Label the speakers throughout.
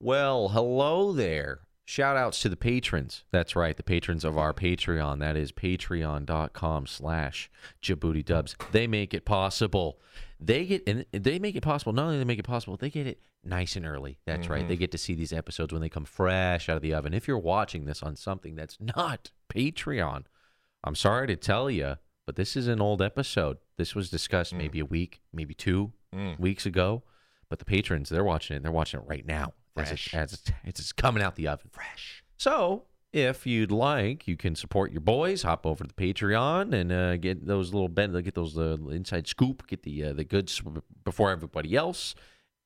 Speaker 1: Well, hello there. Shout outs to the patrons. That's right, the patrons of our Patreon. That is patreon.com slash Djibouti Dubs. They make it possible. They get and they make it possible. Not only do they make it possible, they get it nice and early. That's right. They get to see these episodes when they come fresh out of the oven. If you're watching this on something that's not Patreon, I'm sorry to tell you, but this is an old episode. This was discussed maybe a week, maybe two weeks ago. But the patrons, they're watching it. They're watching it right now. as it-
Speaker 2: Fresh.
Speaker 1: As it's, it's, it's coming out the oven. Fresh. So if you'd like, you can support your boys. Hop over to the Patreon and uh, get those little ben, get those uh, inside scoop, get the uh, the goods before everybody else.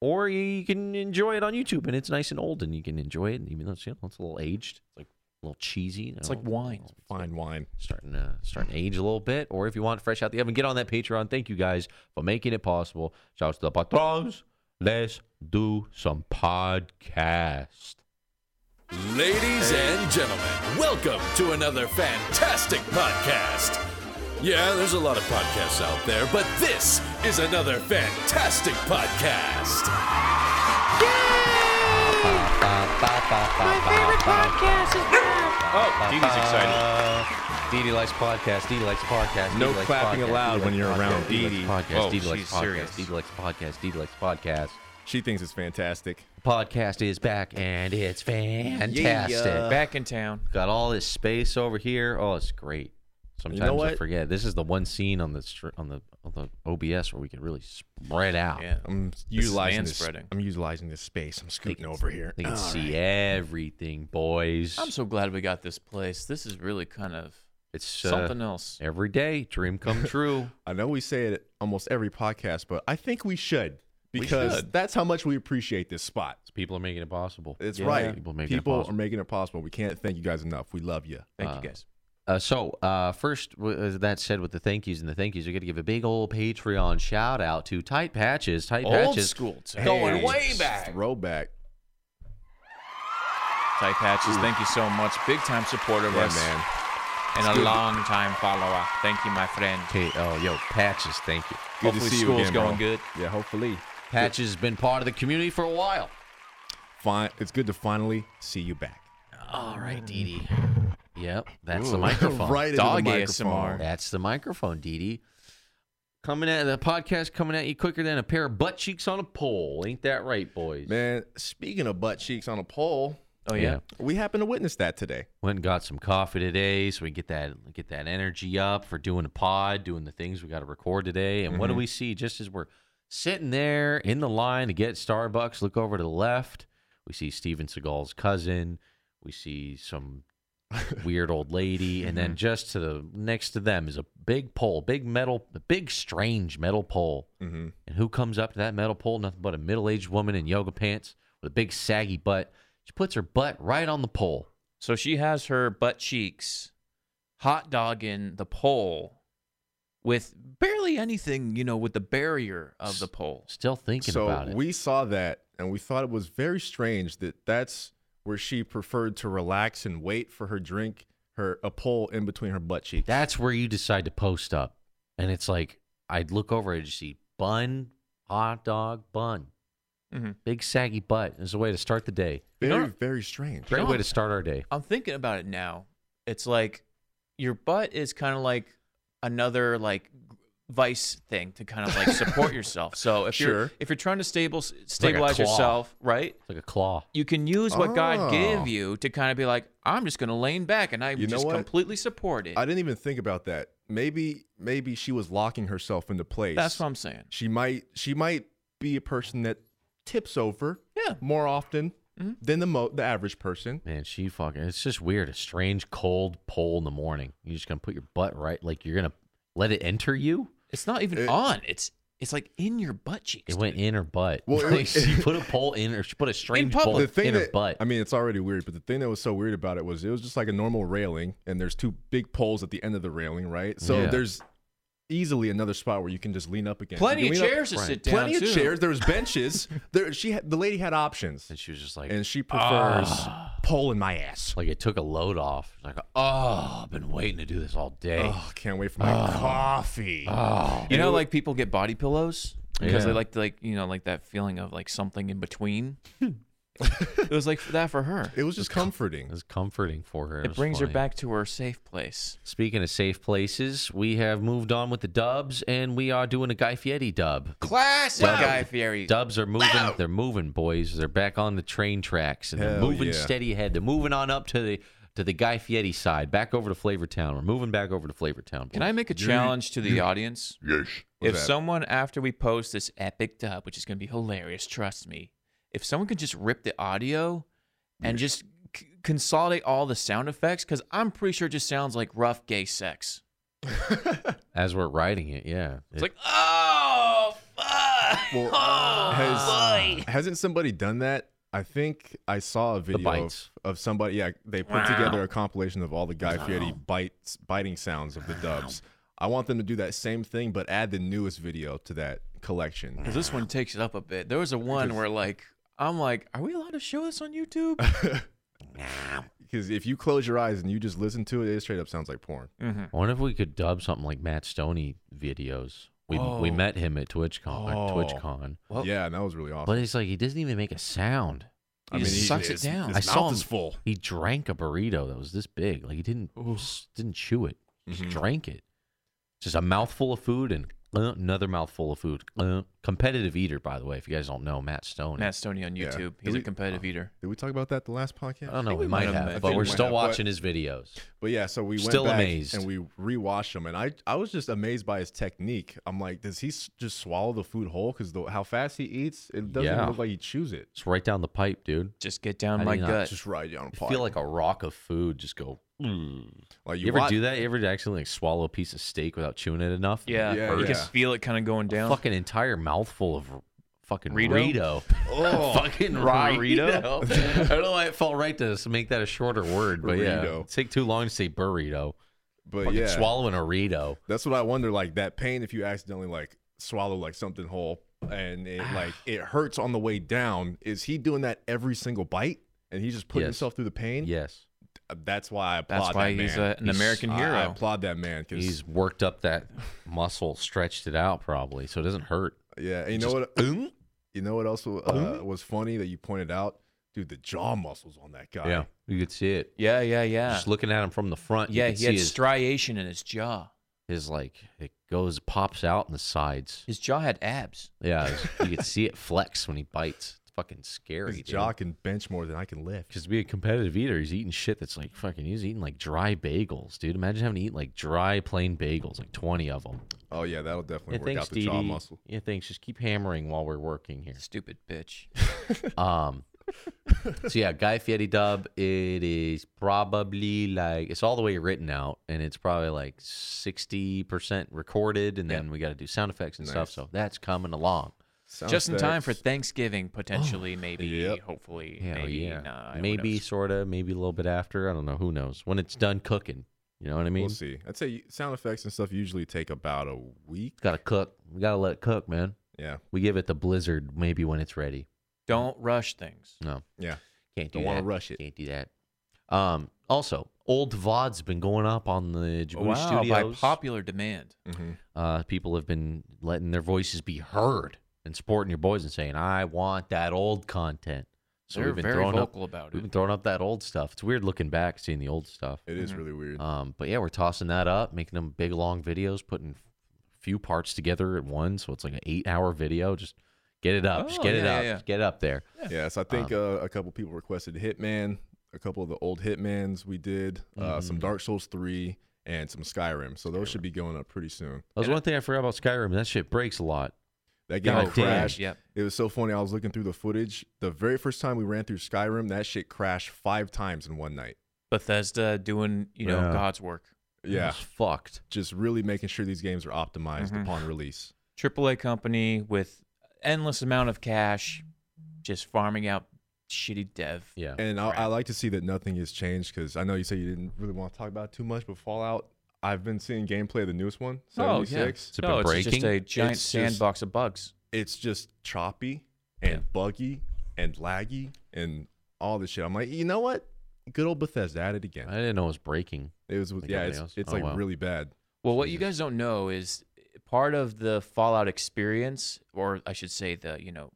Speaker 1: Or you can enjoy it on YouTube, and it's nice and old, and you can enjoy it, and even though it's, you know, it's a little aged, it's like a little cheesy. you
Speaker 2: It's
Speaker 1: know,
Speaker 3: Oh,
Speaker 2: like wine.
Speaker 1: it's
Speaker 2: Fine wine.
Speaker 1: starting to starting to age a little bit. Or if you want fresh out the oven, get on that Patreon. Thank you guys for making it possible. Shout out to the patrons. Let's do some podcast.
Speaker 4: Ladies and gentlemen, welcome to another fantastic podcast. Yeah, there's a lot of podcasts out there, but this is another fantastic podcast.
Speaker 5: My favorite podcast is back.
Speaker 2: Oh, Dee Dee's excited.
Speaker 1: Uh, Dee Dee likes podcast. Dee Dee likes podcast. Dee
Speaker 2: No
Speaker 1: Dee likes
Speaker 2: clapping
Speaker 1: podcast.
Speaker 2: allowed
Speaker 1: Dee Dee
Speaker 2: when
Speaker 1: likes
Speaker 2: you're
Speaker 1: podcast.
Speaker 2: around
Speaker 1: Dee Dee
Speaker 2: Dee Dee.
Speaker 1: likes podcast.
Speaker 2: Oh,
Speaker 1: Dee Dee likes
Speaker 2: she's
Speaker 1: podcast.
Speaker 2: serious.
Speaker 1: Dee Dee likes podcast. Dee Dee likes podcast.
Speaker 2: She thinks it's fantastic.
Speaker 1: Podcast is back and it's fantastic.
Speaker 2: Uh,
Speaker 3: Back in town.
Speaker 1: Got all this space over here. Oh, it's great. Sometimes I
Speaker 2: what?
Speaker 1: forget. This is the one scene on the str- on the on the OBS where we can really spread out.
Speaker 3: Yeah.
Speaker 2: I'm
Speaker 3: is
Speaker 2: utilizing this.
Speaker 3: manspreading.
Speaker 2: I'm utilizing this space. I'm
Speaker 1: They
Speaker 2: scooting
Speaker 1: can-
Speaker 2: over here.
Speaker 1: They can
Speaker 2: All
Speaker 1: see
Speaker 2: right.
Speaker 1: everything, boys.
Speaker 3: I'm so glad we got this place. This is really kind of
Speaker 1: it's uh,
Speaker 3: something else.
Speaker 1: every day. Dream come true.
Speaker 2: I know we say it almost every podcast, but I think we should because
Speaker 3: should.
Speaker 2: that's how much we appreciate this spot.
Speaker 1: People are making it possible.
Speaker 2: It's
Speaker 1: People
Speaker 2: right. People,
Speaker 1: making it
Speaker 2: are
Speaker 1: possible.
Speaker 2: making it possible. We can't thank you guys enough. We love you.
Speaker 3: Thank you guys.
Speaker 1: Uh, so, uh, first, w- uh, that said, with the thank yous and the thank yous, we got to give a big old Patreon shout out to Tight Patches. Tight
Speaker 3: Old
Speaker 1: Patches.
Speaker 3: school. Too.
Speaker 1: Going
Speaker 2: Hey,
Speaker 1: way back.
Speaker 2: Throwback.
Speaker 3: Tight patches. Thank you so much. Big time supporter of
Speaker 2: Yeah,
Speaker 3: us
Speaker 2: man.
Speaker 3: and a long time follower. Thank you, my friend.
Speaker 1: Okay, oh, yo, Patches, thank you.
Speaker 2: Good
Speaker 3: Hopefully
Speaker 2: to see
Speaker 3: school's
Speaker 2: you again,
Speaker 3: going
Speaker 2: bro.
Speaker 3: good.
Speaker 2: Yeah, hopefully.
Speaker 1: Patches has been part of the community for a while.
Speaker 2: Fine. It's good to finally see you back.
Speaker 1: All right, Dee Dee. Yep, that's the microphone.
Speaker 2: right into
Speaker 3: Dog
Speaker 2: the
Speaker 3: ASMR.
Speaker 2: microphone.
Speaker 1: That's the microphone, Dee Dee. Coming at the podcast, coming at you quicker than a pair of butt cheeks on a pole. Ain't that right, boys?
Speaker 2: Man, speaking of butt cheeks on a pole,
Speaker 3: Oh yeah.
Speaker 2: we happen to witness that today.
Speaker 1: Went and got some coffee today, so we get that get that energy up for doing the pod, doing the things we got to record today. And what do we see? Just as we're sitting there in the line to get Starbucks, look over to the left, we see Steven Seagal's cousin. We see some weird old lady, and then just to the next to them is a big pole, big metal, a big strange metal pole.
Speaker 2: Mm-hmm.
Speaker 1: And who comes up to that metal pole? Nothing but a middle aged woman in yoga pants with a big saggy butt. She puts her butt right on the pole.
Speaker 3: So she has her butt cheeks hot dogging the pole with barely anything, you know, with the barrier of the pole.
Speaker 1: Still thinking
Speaker 2: so
Speaker 1: about it.
Speaker 2: we saw that and we thought it was very strange that that's where she preferred to relax and wait for her drink, her a pole in between her butt cheeks.
Speaker 1: That's where you decide to post up. And it's like, I'd look over and just see bun, hot dog, bun.
Speaker 2: Mm-hmm.
Speaker 3: Mhm.
Speaker 1: Big saggy butt is a way to start the day.
Speaker 2: very,
Speaker 3: know-
Speaker 2: very strange.
Speaker 1: Great
Speaker 3: Sean-
Speaker 1: way to start our day.
Speaker 3: I'm thinking about it now. It's like your butt is kind of like another like vice thing to kind of like support yourself. So if you're
Speaker 2: Sure.
Speaker 3: if you're trying to stable stabilize
Speaker 1: claw.
Speaker 3: yourself, right?
Speaker 1: It's like a claw.
Speaker 3: You can use what God
Speaker 2: Oh.
Speaker 3: gave you to kind of be like, I'm just gonna lean back and I'm
Speaker 2: You know
Speaker 3: just
Speaker 2: what?
Speaker 3: completely support it.
Speaker 2: I didn't even think about that. Maybe maybe she was locking herself into place.
Speaker 3: That's what I'm saying.
Speaker 2: she might she might be a person that tips over
Speaker 3: Yeah. Mm-hmm.
Speaker 2: more often than the mo- the average person.
Speaker 1: Man, she fucking, it's just weird. A strange cold pole in the morning. You're just going to put your butt right, like you're going to let it enter you.
Speaker 3: It's not even
Speaker 2: It-
Speaker 3: on. It's it's like in your butt cheeks.
Speaker 1: It went in her butt.
Speaker 2: Well, it-
Speaker 1: Like, she put a pole in her, she put a strange
Speaker 3: public.
Speaker 1: pole
Speaker 2: the thing
Speaker 1: in her
Speaker 2: that,
Speaker 1: butt.
Speaker 2: I mean, it's already weird, but the thing that was so weird about it was it was just like a normal railing, and there's two big poles at the end of the railing, right? So
Speaker 1: Yeah.
Speaker 2: there's easily another spot where you can just lean up against.
Speaker 3: Plenty
Speaker 2: You
Speaker 3: of
Speaker 2: can lean up-
Speaker 3: chairs to
Speaker 1: Right.
Speaker 3: sit down.
Speaker 2: plenty of
Speaker 3: too.
Speaker 2: chairs. There was benches. there, she had, the lady had options,
Speaker 1: and she was just like,
Speaker 2: and she prefers
Speaker 1: Ah.
Speaker 2: pole in my ass.
Speaker 1: like it took a load off. Like, oh, I've been waiting to do this all day.
Speaker 2: Oh, can't wait for my
Speaker 1: Ah.
Speaker 2: coffee.
Speaker 1: Oh.
Speaker 3: You know, like people get body pillows because
Speaker 1: Yeah.
Speaker 3: they like to, like you know like that feeling of like something in between. It was like that for her.
Speaker 2: It was just comforting.
Speaker 1: It was comforting for her.
Speaker 3: It
Speaker 1: was
Speaker 3: brings her
Speaker 1: funny.
Speaker 3: back to her safe place.
Speaker 1: Speaking of safe places, we have moved on with the dubs, and we are doing a Guy Fieri dub.
Speaker 3: Classic Guy Fieri.
Speaker 1: Dubs are moving. They're moving, boys. They're back on the train tracks, and they're
Speaker 2: Hell
Speaker 1: moving
Speaker 2: yeah.
Speaker 1: steady ahead. They're moving on up to the to the Guy Fieri side, back over to Flavortown. We're moving back over to Flavortown.
Speaker 3: Can I make a challenge to the audience?
Speaker 2: Yes.
Speaker 3: If someone, after we post this epic dub, which is going to be hilarious, trust me, if someone could just rip the audio and just c- consolidate all the sound effects, because I'm pretty sure it just sounds like rough gay sex.
Speaker 1: As we're writing it, yeah,
Speaker 3: It's like, oh, fuck.
Speaker 2: Well,
Speaker 3: oh,
Speaker 1: uh,
Speaker 2: has,
Speaker 3: boy.
Speaker 2: hasn't somebody done that? I think I saw a video
Speaker 1: bites.
Speaker 2: of, of somebody. Yeah, they put together a compilation of all the Guy Fieri bites, biting sounds of the dubs. I want them to do that same thing, but add the newest video to that collection.
Speaker 3: 'Cause this one takes it up a bit. There was a one where, like, I'm like, are we allowed to show this on YouTube?
Speaker 2: Because if you close your eyes and you just listen to it, it straight up sounds like porn.
Speaker 1: I wonder if we could dub something like Matt Stoney videos. We we
Speaker 3: Oh.
Speaker 1: met him at TwitchCon, or
Speaker 2: Oh.
Speaker 1: TwitchCon,
Speaker 3: Well-
Speaker 2: yeah, and that was really awesome.
Speaker 1: but it's like he doesn't even make a sound.
Speaker 3: He just sucks it
Speaker 2: his-
Speaker 3: down.
Speaker 2: His
Speaker 1: I saw
Speaker 2: mouth
Speaker 1: him.
Speaker 2: is full.
Speaker 1: He drank a burrito that was this big. Like he didn't s- didn't chew it. Just
Speaker 3: Mm-hmm.
Speaker 1: drank it. Just a mouthful of food and uh, another mouthful of food. Uh, competitive eater, by the way, if you guys don't know Matt Stone.
Speaker 3: Matt Stoney on
Speaker 2: Yeah.
Speaker 3: YouTube.
Speaker 2: Did
Speaker 3: He's a
Speaker 2: we-
Speaker 1: Oh.
Speaker 3: competitive eater.
Speaker 2: Did we talk about that the last podcast?
Speaker 1: I don't know.
Speaker 3: think
Speaker 1: We,
Speaker 3: we
Speaker 1: might
Speaker 3: might have
Speaker 1: have,
Speaker 3: met. I
Speaker 1: but
Speaker 3: think
Speaker 1: we're
Speaker 3: we might
Speaker 1: still
Speaker 2: have, but-
Speaker 1: watching his videos.
Speaker 2: But yeah, so we
Speaker 1: Still
Speaker 2: went back
Speaker 1: amazed.
Speaker 2: and we rewatched him, and I I was just amazed by his technique. I'm like, does he s- just swallow the food whole? Because how fast he eats, it doesn't
Speaker 1: Yeah.
Speaker 2: look like he chews it.
Speaker 1: It's right down the pipe, dude.
Speaker 3: Just get down
Speaker 1: I
Speaker 3: my
Speaker 1: did not
Speaker 3: gut.
Speaker 2: Just right down.
Speaker 1: I feel like a rock of food. Just go.
Speaker 2: like
Speaker 1: You, ever
Speaker 2: watch-
Speaker 1: do that? You ever accidentally like, swallow a piece of steak without chewing it enough?
Speaker 3: yeah,
Speaker 2: Yeah,
Speaker 3: you
Speaker 2: yeah.
Speaker 3: can feel it kind of going down.
Speaker 1: Fucking entire mouthful of fucking
Speaker 3: Rito?
Speaker 1: Rito.
Speaker 2: Oh.
Speaker 1: fucking
Speaker 3: Raw
Speaker 1: Rito.
Speaker 3: Rito?
Speaker 1: I don't know why it felt right to s- make that a shorter word, but yeah,
Speaker 2: Rito.
Speaker 1: it'd take too long to say burrito.
Speaker 2: But
Speaker 1: Fucking
Speaker 2: yeah,
Speaker 1: swallowing a Rito.
Speaker 2: that's what I wonder. Like that pain if you accidentally like swallow like something whole, and it
Speaker 1: Ah.
Speaker 2: like it hurts on the way down. Is he doing that every single bite? And he's just putting
Speaker 1: Yes.
Speaker 2: himself through the pain.
Speaker 1: Yes,
Speaker 2: that's why I applaud
Speaker 3: That's why
Speaker 2: that
Speaker 3: he's
Speaker 2: man.
Speaker 3: a- an American
Speaker 2: I-
Speaker 3: hero.
Speaker 2: I applaud that man because
Speaker 1: he's worked up that muscle, stretched it out probably, so it doesn't hurt.
Speaker 2: Yeah, and you know what? You know what else wa- uh, was funny that you pointed out, dude? The jaw muscles on that guy.
Speaker 1: Yeah, you could see it.
Speaker 3: yeah, yeah, yeah.
Speaker 1: Just looking at him from the front, you
Speaker 3: yeah,
Speaker 1: could
Speaker 3: he
Speaker 1: see
Speaker 3: had
Speaker 1: his,
Speaker 3: striation in his jaw.
Speaker 1: his like it goes pops out in the sides.
Speaker 3: His jaw had abs.
Speaker 1: Yeah, it's- you could see it flex when he bites. It's fucking scary.
Speaker 2: his jaw can bench more than I can lift.
Speaker 1: Because to be a competitive eater, he's eating shit that's like fucking. He's eating like dry bagels, dude. Imagine having to eat like dry plain bagels, like twenty of them.
Speaker 2: Oh yeah, that'll definitely
Speaker 1: Yeah,
Speaker 2: work
Speaker 1: thanks,
Speaker 2: out the jaw
Speaker 1: DD.
Speaker 2: muscle.
Speaker 1: Yeah, thanks. Just keep hammering while we're working here.
Speaker 3: Stupid bitch.
Speaker 1: Um, so yeah, Guy Fieri dub. It is probably like it's all the way written out, and it's probably like sixty percent recorded, and then we got to do sound effects and stuff.
Speaker 2: Nice.
Speaker 1: So that's coming along.
Speaker 2: Sound
Speaker 3: Just in time for
Speaker 2: effects.
Speaker 3: Thanksgiving, potentially, maybe,
Speaker 2: Yep.
Speaker 3: hopefully,
Speaker 1: Oh, Hell
Speaker 3: maybe,
Speaker 1: yeah,
Speaker 3: nah,
Speaker 1: maybe
Speaker 3: whatever.
Speaker 1: sort of, maybe a little bit after. I don't know. Who knows when it's done cooking? You know what I mean?
Speaker 2: We'll see. I'd say sound effects and stuff usually take about a week.
Speaker 1: Got to cook. We got to let it cook, man.
Speaker 2: Yeah,
Speaker 1: We give it the blizzard maybe when it's ready.
Speaker 3: Don't rush things.
Speaker 1: No,
Speaker 2: yeah.
Speaker 1: can't do
Speaker 2: Don't
Speaker 1: that.
Speaker 2: wanna rush it.
Speaker 1: Can't do that. Um, also, old VOD's been going up on the Djibouti
Speaker 3: wow, by
Speaker 1: Studios.
Speaker 3: popular demand.
Speaker 2: hmm
Speaker 1: uh, people have been letting their voices be heard and supporting your boys and saying, "I want that old content." So
Speaker 3: They're
Speaker 1: we've been
Speaker 3: very
Speaker 1: throwing
Speaker 3: vocal
Speaker 1: up.
Speaker 3: about
Speaker 1: We've been
Speaker 3: it.
Speaker 1: throwing up that old stuff. It's weird looking back, seeing the old stuff.
Speaker 2: It is really weird.
Speaker 1: Um, but yeah, we're tossing that up, making them big long videos, putting f- few parts together at once, so it's like an eight hour video. Just get it up, just
Speaker 3: Oh,
Speaker 1: get it
Speaker 3: yeah,
Speaker 1: up,
Speaker 3: yeah,
Speaker 1: just get it up there.
Speaker 2: yeah, so I think uh, a couple people requested Hitman, a couple of the old Hitmans we did, uh, some Dark Souls three, and some Skyrim. So those should be going up pretty soon.
Speaker 1: That was one thing I forgot about Skyrim. That shit breaks a lot.
Speaker 2: That game
Speaker 1: God damn.
Speaker 2: crashed.
Speaker 3: Oh, Yep.
Speaker 2: It was so funny. I was looking through the footage. The very first time we ran through Skyrim, that shit crashed five times in one night.
Speaker 3: Bethesda doing, you know,
Speaker 1: Yeah.
Speaker 3: God's work.
Speaker 2: Yeah.
Speaker 1: it's fucked.
Speaker 2: Just really making sure these games are optimized
Speaker 1: Mm-hmm.
Speaker 2: upon release.
Speaker 3: AAA company with endless amount of cash, just farming out shitty dev.
Speaker 1: Yeah,
Speaker 2: And I, I like to see that nothing has changed because I know you said you didn't really want to talk about it too much, but Fallout, I've been seeing gameplay of the newest one,
Speaker 3: Oh, yeah.
Speaker 2: 76.
Speaker 1: Has it
Speaker 3: no,
Speaker 1: been
Speaker 3: it's just
Speaker 1: breaking?
Speaker 3: a giant
Speaker 2: It's just-
Speaker 3: sandbox of bugs.
Speaker 2: It's just choppy and buggy and laggy and all this shit. I'm like, you know what? Good old Bethesda at it again.
Speaker 1: I didn't know it was breaking.
Speaker 2: It was,
Speaker 1: Like
Speaker 2: yeah,
Speaker 1: everything
Speaker 2: it's,
Speaker 1: else?
Speaker 2: it's
Speaker 1: Oh,
Speaker 2: like
Speaker 1: wow.
Speaker 2: really bad.
Speaker 3: Well, what you guys don't know is part of the Fallout experience, or I should say the you know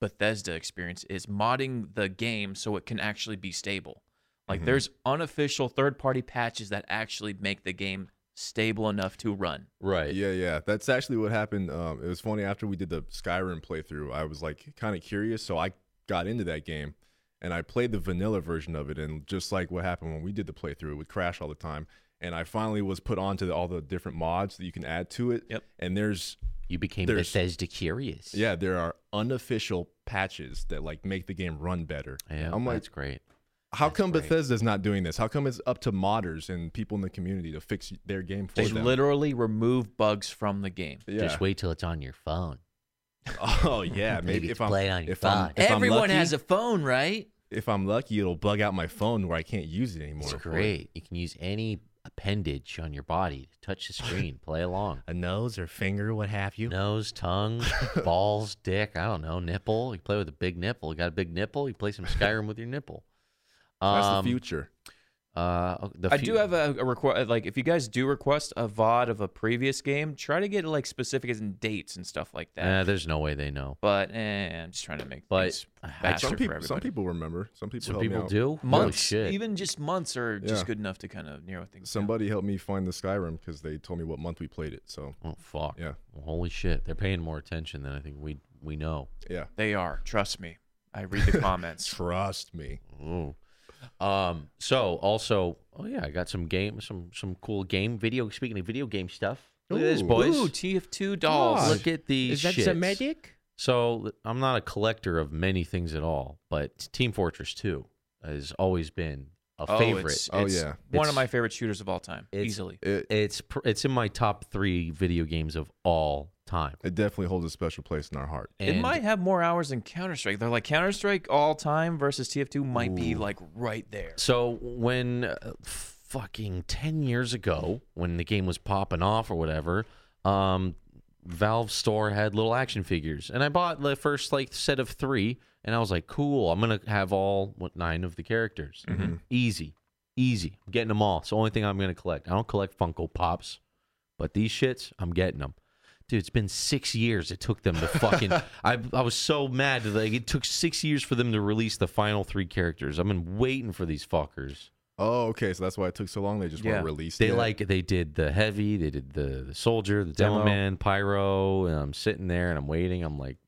Speaker 3: Bethesda experience is modding the game so it can actually be stable. Like
Speaker 1: Mm-hmm.
Speaker 3: there's unofficial third party patches that actually make the game stable enough to run.
Speaker 1: Right.
Speaker 2: Yeah, yeah. That's actually what happened. Um, it was funny after we did the Skyrim playthrough. I was like kind of curious, so I got into that game and I played the vanilla version of it. And just like what happened when we did the playthrough, it would crash all the time. And I finally was put onto the, all the different mods that you can add to it.
Speaker 3: Yep.
Speaker 2: And there's
Speaker 1: You became
Speaker 2: There's-
Speaker 1: Bethesda curious.
Speaker 2: yeah, there are unofficial patches that like make the game run better.
Speaker 1: Yeah,
Speaker 2: I'm like,
Speaker 1: that's great.
Speaker 2: how come Bethesda's not doing this? How come it's up to modders and people in the community to fix their game for
Speaker 3: They
Speaker 2: them?
Speaker 3: literally remove bugs from the game.
Speaker 2: yeah.
Speaker 1: Just wait till it's on your phone.
Speaker 2: Oh yeah,
Speaker 1: Maybe
Speaker 2: maybe,
Speaker 1: it's
Speaker 2: if I'm
Speaker 1: played on your
Speaker 2: if I'm,
Speaker 1: phone.
Speaker 2: if I'm
Speaker 3: Everyone
Speaker 2: lucky-
Speaker 3: has a phone, right?
Speaker 2: if I'm lucky, it'll bug out my phone where I can't use it anymore.
Speaker 1: It's
Speaker 2: for
Speaker 1: great. You can use any appendage on your body to touch the screen, play along.
Speaker 2: A nose or finger, what have you?
Speaker 1: Nose, tongue, balls, dick, I don't know, nipple. You play with a big nipple. You got a big nipple, you play some Skyrim with your nipple.
Speaker 2: That's
Speaker 1: Um,
Speaker 2: the future.
Speaker 1: Uh, oh, the
Speaker 3: I
Speaker 1: fu-
Speaker 3: do have a, a request. Like, if you guys do request a VOD of a previous game, try to get like specific as in dates and stuff like that.
Speaker 1: Eh, there's no way they know.
Speaker 3: but eh, I'm just trying to make
Speaker 1: But
Speaker 3: things
Speaker 1: I-
Speaker 3: faster
Speaker 2: Some people,
Speaker 3: for
Speaker 2: some
Speaker 3: everybody.
Speaker 2: people remember. Some people.
Speaker 1: Some
Speaker 2: helped me
Speaker 1: people
Speaker 2: out.
Speaker 1: do. Holy
Speaker 3: months,
Speaker 1: shit.
Speaker 3: even just months, are just
Speaker 2: Yeah.
Speaker 3: good enough to kind of narrow things. down.
Speaker 2: Somebody helped me find the Skyrim because they told me what month we played it. So
Speaker 1: oh fuck.
Speaker 2: Yeah.
Speaker 1: Well, holy shit. They're paying more attention than I think we we know.
Speaker 2: yeah,
Speaker 3: They are. Trust me. I read the comments.
Speaker 2: trust me.
Speaker 1: Ooh. Um. So also, oh yeah, I got some game, some some cool game video. Speaking of video game stuff, look at this,
Speaker 2: Ooh.
Speaker 1: boys.
Speaker 3: Ooh, TF2 dolls.
Speaker 1: Look at these. shits. So I'm not a collector of many things at all, but Team Fortress 2 has always been a
Speaker 3: Oh,
Speaker 1: favorite.
Speaker 3: It's,
Speaker 1: It's,
Speaker 2: Oh,
Speaker 3: it's
Speaker 2: yeah.
Speaker 3: one
Speaker 1: It's-
Speaker 3: of my favorite shooters of all time,
Speaker 1: it's-
Speaker 3: easily.
Speaker 2: It,
Speaker 1: it's pr- it's in my top three video games of all time.
Speaker 2: it definitely holds a special place in our heart.
Speaker 3: it
Speaker 1: And-
Speaker 3: might have more hours than Counter Strike. They're like Counter Strike all time versus TF2 might be like right there.
Speaker 1: So when uh, fucking 10 years ago, when the game was popping off or whatever, um, Valve store had little action figures, and I bought the first like set of three, and I was like, "Cool, I'm gonna have all what nine of the characters, easy, easy. I'm getting them all. It's the only thing I'm gonna collect. I don't collect Funko Pops, but these shits, I'm getting them." Dude, it's been six years. It took them to fucking. I, I was so mad. that, Like it took six years for them to release the final three characters. I've been waiting for these fuckers.
Speaker 2: Oh, okay. So that's why it took so long. They just
Speaker 3: Yeah.
Speaker 2: weren't released.
Speaker 1: They
Speaker 2: yet.
Speaker 1: like they did the heavy, they did the, the soldier, the demo.
Speaker 2: Demo.
Speaker 1: man, pyro, and I'm sitting there and I'm waiting. I'm like,